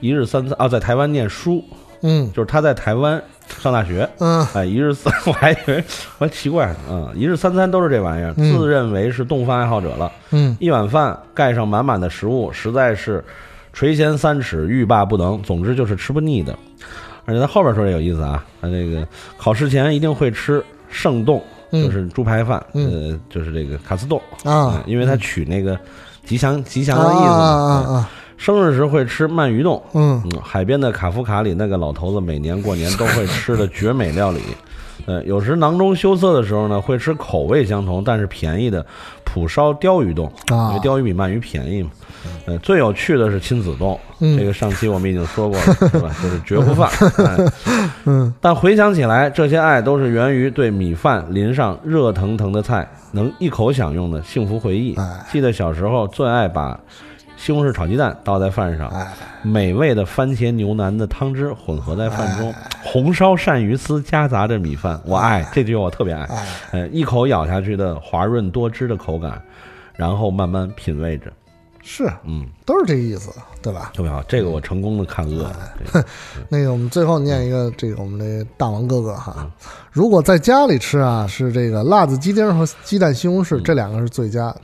一日三餐啊，在台湾念书，
嗯
就是他在台湾上大学。
嗯
哎，一日三，我还以为我还奇怪呢，嗯，一日三餐都是这玩意儿，
嗯
自认为是冻饭爱好者了，
嗯
一碗饭盖上满满的食物，实在是垂涎三尺，欲罢不能。总之就是吃不腻的。而且他后边说这有意思啊，他这个考试前一定会吃剩冻，
嗯
就是猪排饭，
嗯
呃，就是这个卡斯冻
啊
嗯因为他取那个吉祥吉祥
啊
的意思嘛。
啊
嗯
啊！
生日时会吃鳗鱼冻，
嗯
海边的卡夫卡里那个老头子每年过年都会吃的绝美料理。 呃，有时囊中羞涩的时候呢，会吃口味相同但是便宜的蒲烧鲷鱼冻，
啊
因为鲷鱼比鳗鱼便宜嘛。呃，最有趣的是亲子冻，
嗯
这个上期我们已经说过 了，对吧？就是绝不犯。哎
嗯
但回想起来，这些爱都是源于对米饭淋上热腾腾的菜，能一口享用的幸福回忆。
哎
记得小时候最爱把西红柿炒鸡蛋倒在饭上，美味的番茄牛腩的汤汁混合在饭中，红烧鳝鱼丝夹杂着米饭，我爱这句我特别爱。呃，一口咬下去的滑润多汁的口感，然后慢慢品味着，
是
嗯，
都是这意思，对吧？
特别好。这个我成功的看饿了。这个
那个，我们最后念一个，这个我们的大王哥哥
嗯
哈，如果在家里吃啊，是这个辣子鸡丁和鸡蛋西红
嗯
柿这两个是最佳。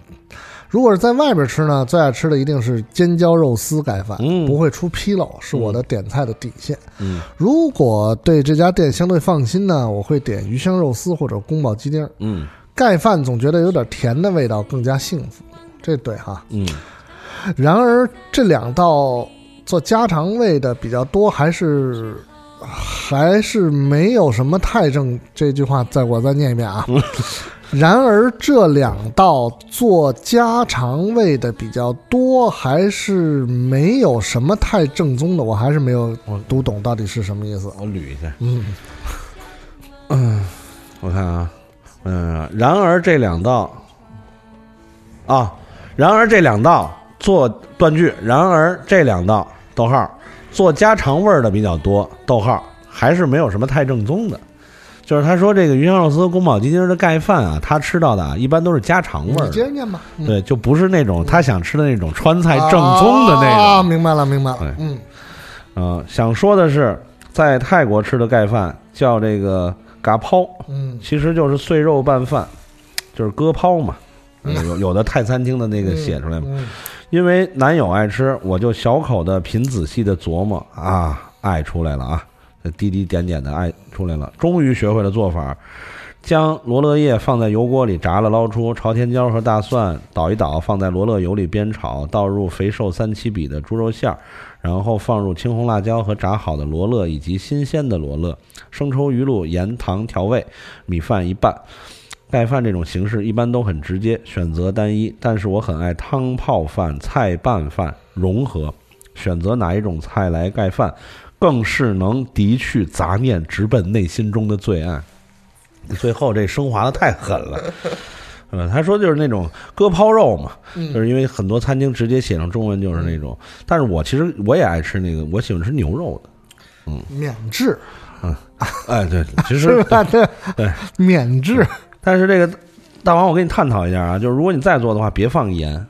如果是在外边吃呢，最爱吃的一定是尖椒肉丝盖饭，不会出纰漏，是我的点菜的底线。
嗯
如果对这家店相对放心呢，我会点鱼香肉丝或者宫保鸡丁。
嗯
盖饭总觉得有点甜的味道更加幸福，这对哈。
嗯
然而这两道做家常味的比较多，还是还是没有什么太正。这句话再我再念一遍啊。然而这两道做家常味的比较多，还是没有什么太正宗的。我还是没有读懂到底是什么意思。
我捋一下。
嗯
嗯，我看啊，嗯，然而这两道啊，然而这两道做断句，然而这两道逗号做家常味儿的比较多，逗号还是没有什么太正宗的。就是他说这个鱼香肉丝、宫保鸡丁的盖饭啊，他吃到的啊，一般都是家常味
你
儿
接
的，
着念吧。嗯、
对，就不是那种他想吃的那种川菜正宗的那种。
啊，明白了，明白了
对。
嗯，
嗯，想说的是，在泰国吃的盖饭叫这个嘎抛，
嗯，
其实就是碎肉拌饭，就是割抛嘛。呃有有的泰餐厅的
嗯
那个写出来嘛，因为男友爱吃，我就小口的品仔细的琢磨啊，爱出来了啊，这滴滴点点的爱出来了，终于学会了做法，将罗勒叶放在油锅里炸了，捞出，朝天椒和大蒜捣一捣，放在罗勒油里煸炒，倒入肥瘦三七比的猪肉馅儿，然后放入青红辣椒和炸好的罗勒以及新鲜的罗勒、生抽、鱼露、盐、糖调味，米饭一拌。盖饭这种形式一般都很直接，选择单一，但是我很爱汤泡饭、菜拌饭融合，选择哪一种菜来盖饭，更是能涤去杂念，直奔内心中的最爱。最后这升华的太狠了。呃，他说就是那种割抛肉嘛，
嗯
就是因为很多餐厅直接写上中文就是那种，但是我其实我也爱吃那个，我喜欢吃牛肉的，嗯，
免治
嗯，哎对，其实
是吧？这
对，
免治。
但是这个大王，我跟你探讨一下啊，就是如果你再做的话，别放盐，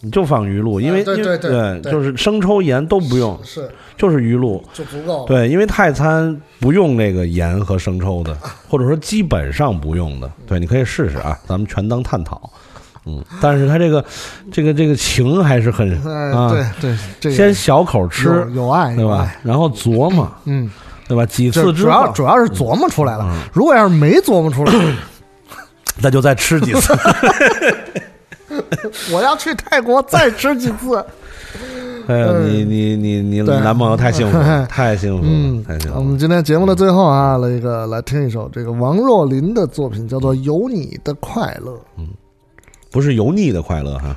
你就放鱼露，因为、
啊对
因
对
为
对对
就是生抽盐都不用，
是哦
就是鱼露
就足够了
对，因为泰餐不用那个盐和生抽 的，或者说基本上不用的。对，你可以试试啊，咱们全当探讨。嗯，但是他这个这个这个情还是很
哎
啊，
对对这个
先小口吃
有，有爱
对
有
吧
爱？
然后琢磨，
嗯，
对吧？几
就
次
主
之
要
后，嗯
主要是琢磨出来了。如果要是没琢磨出来，
那就再吃几次。
我要去泰国再吃几次。
哎呦，你你你你
嗯对
男朋友太幸福 了，太幸福了，嗯太幸福
嗯我
了。
们今天节目的最后啊，那个来听一首这个王若琳的作品，叫做《有你的快乐》。
嗯不是油腻的快乐哈，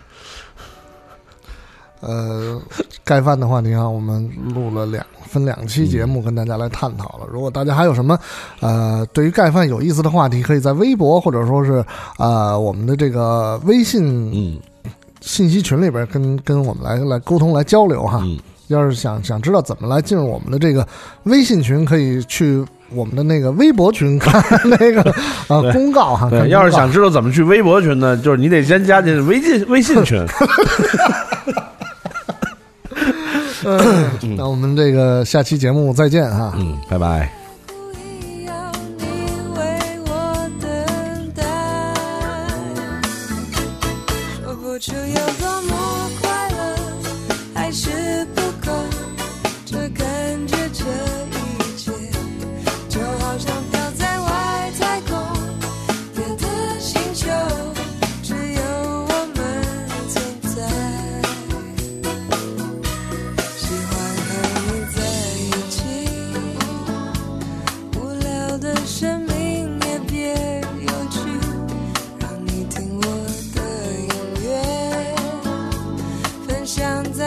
呃，盖饭的话题啊，我们录了两分两期节目跟大家来探讨了。如果大家还有什么呃对于盖饭有意思的话题，可以在微博或者说是呃我们的这个微信
嗯
信息群里边跟跟我们来来沟通来交流哈。
嗯
要是想想知道怎么来进入我们的这个微信群，可以去我们的那个微博群看 那个呃
对
公告哈。看
对，
公
要是
告
想知道怎么去微博群呢，就是你得先加进微信微信 群。
嗯那我们这个下期节目再见哈。
嗯，拜拜。
为我等待，我付出有多么快乐，还是不够，这感觉这一切就好像飘在外太空别的星球，只有我们存在。想在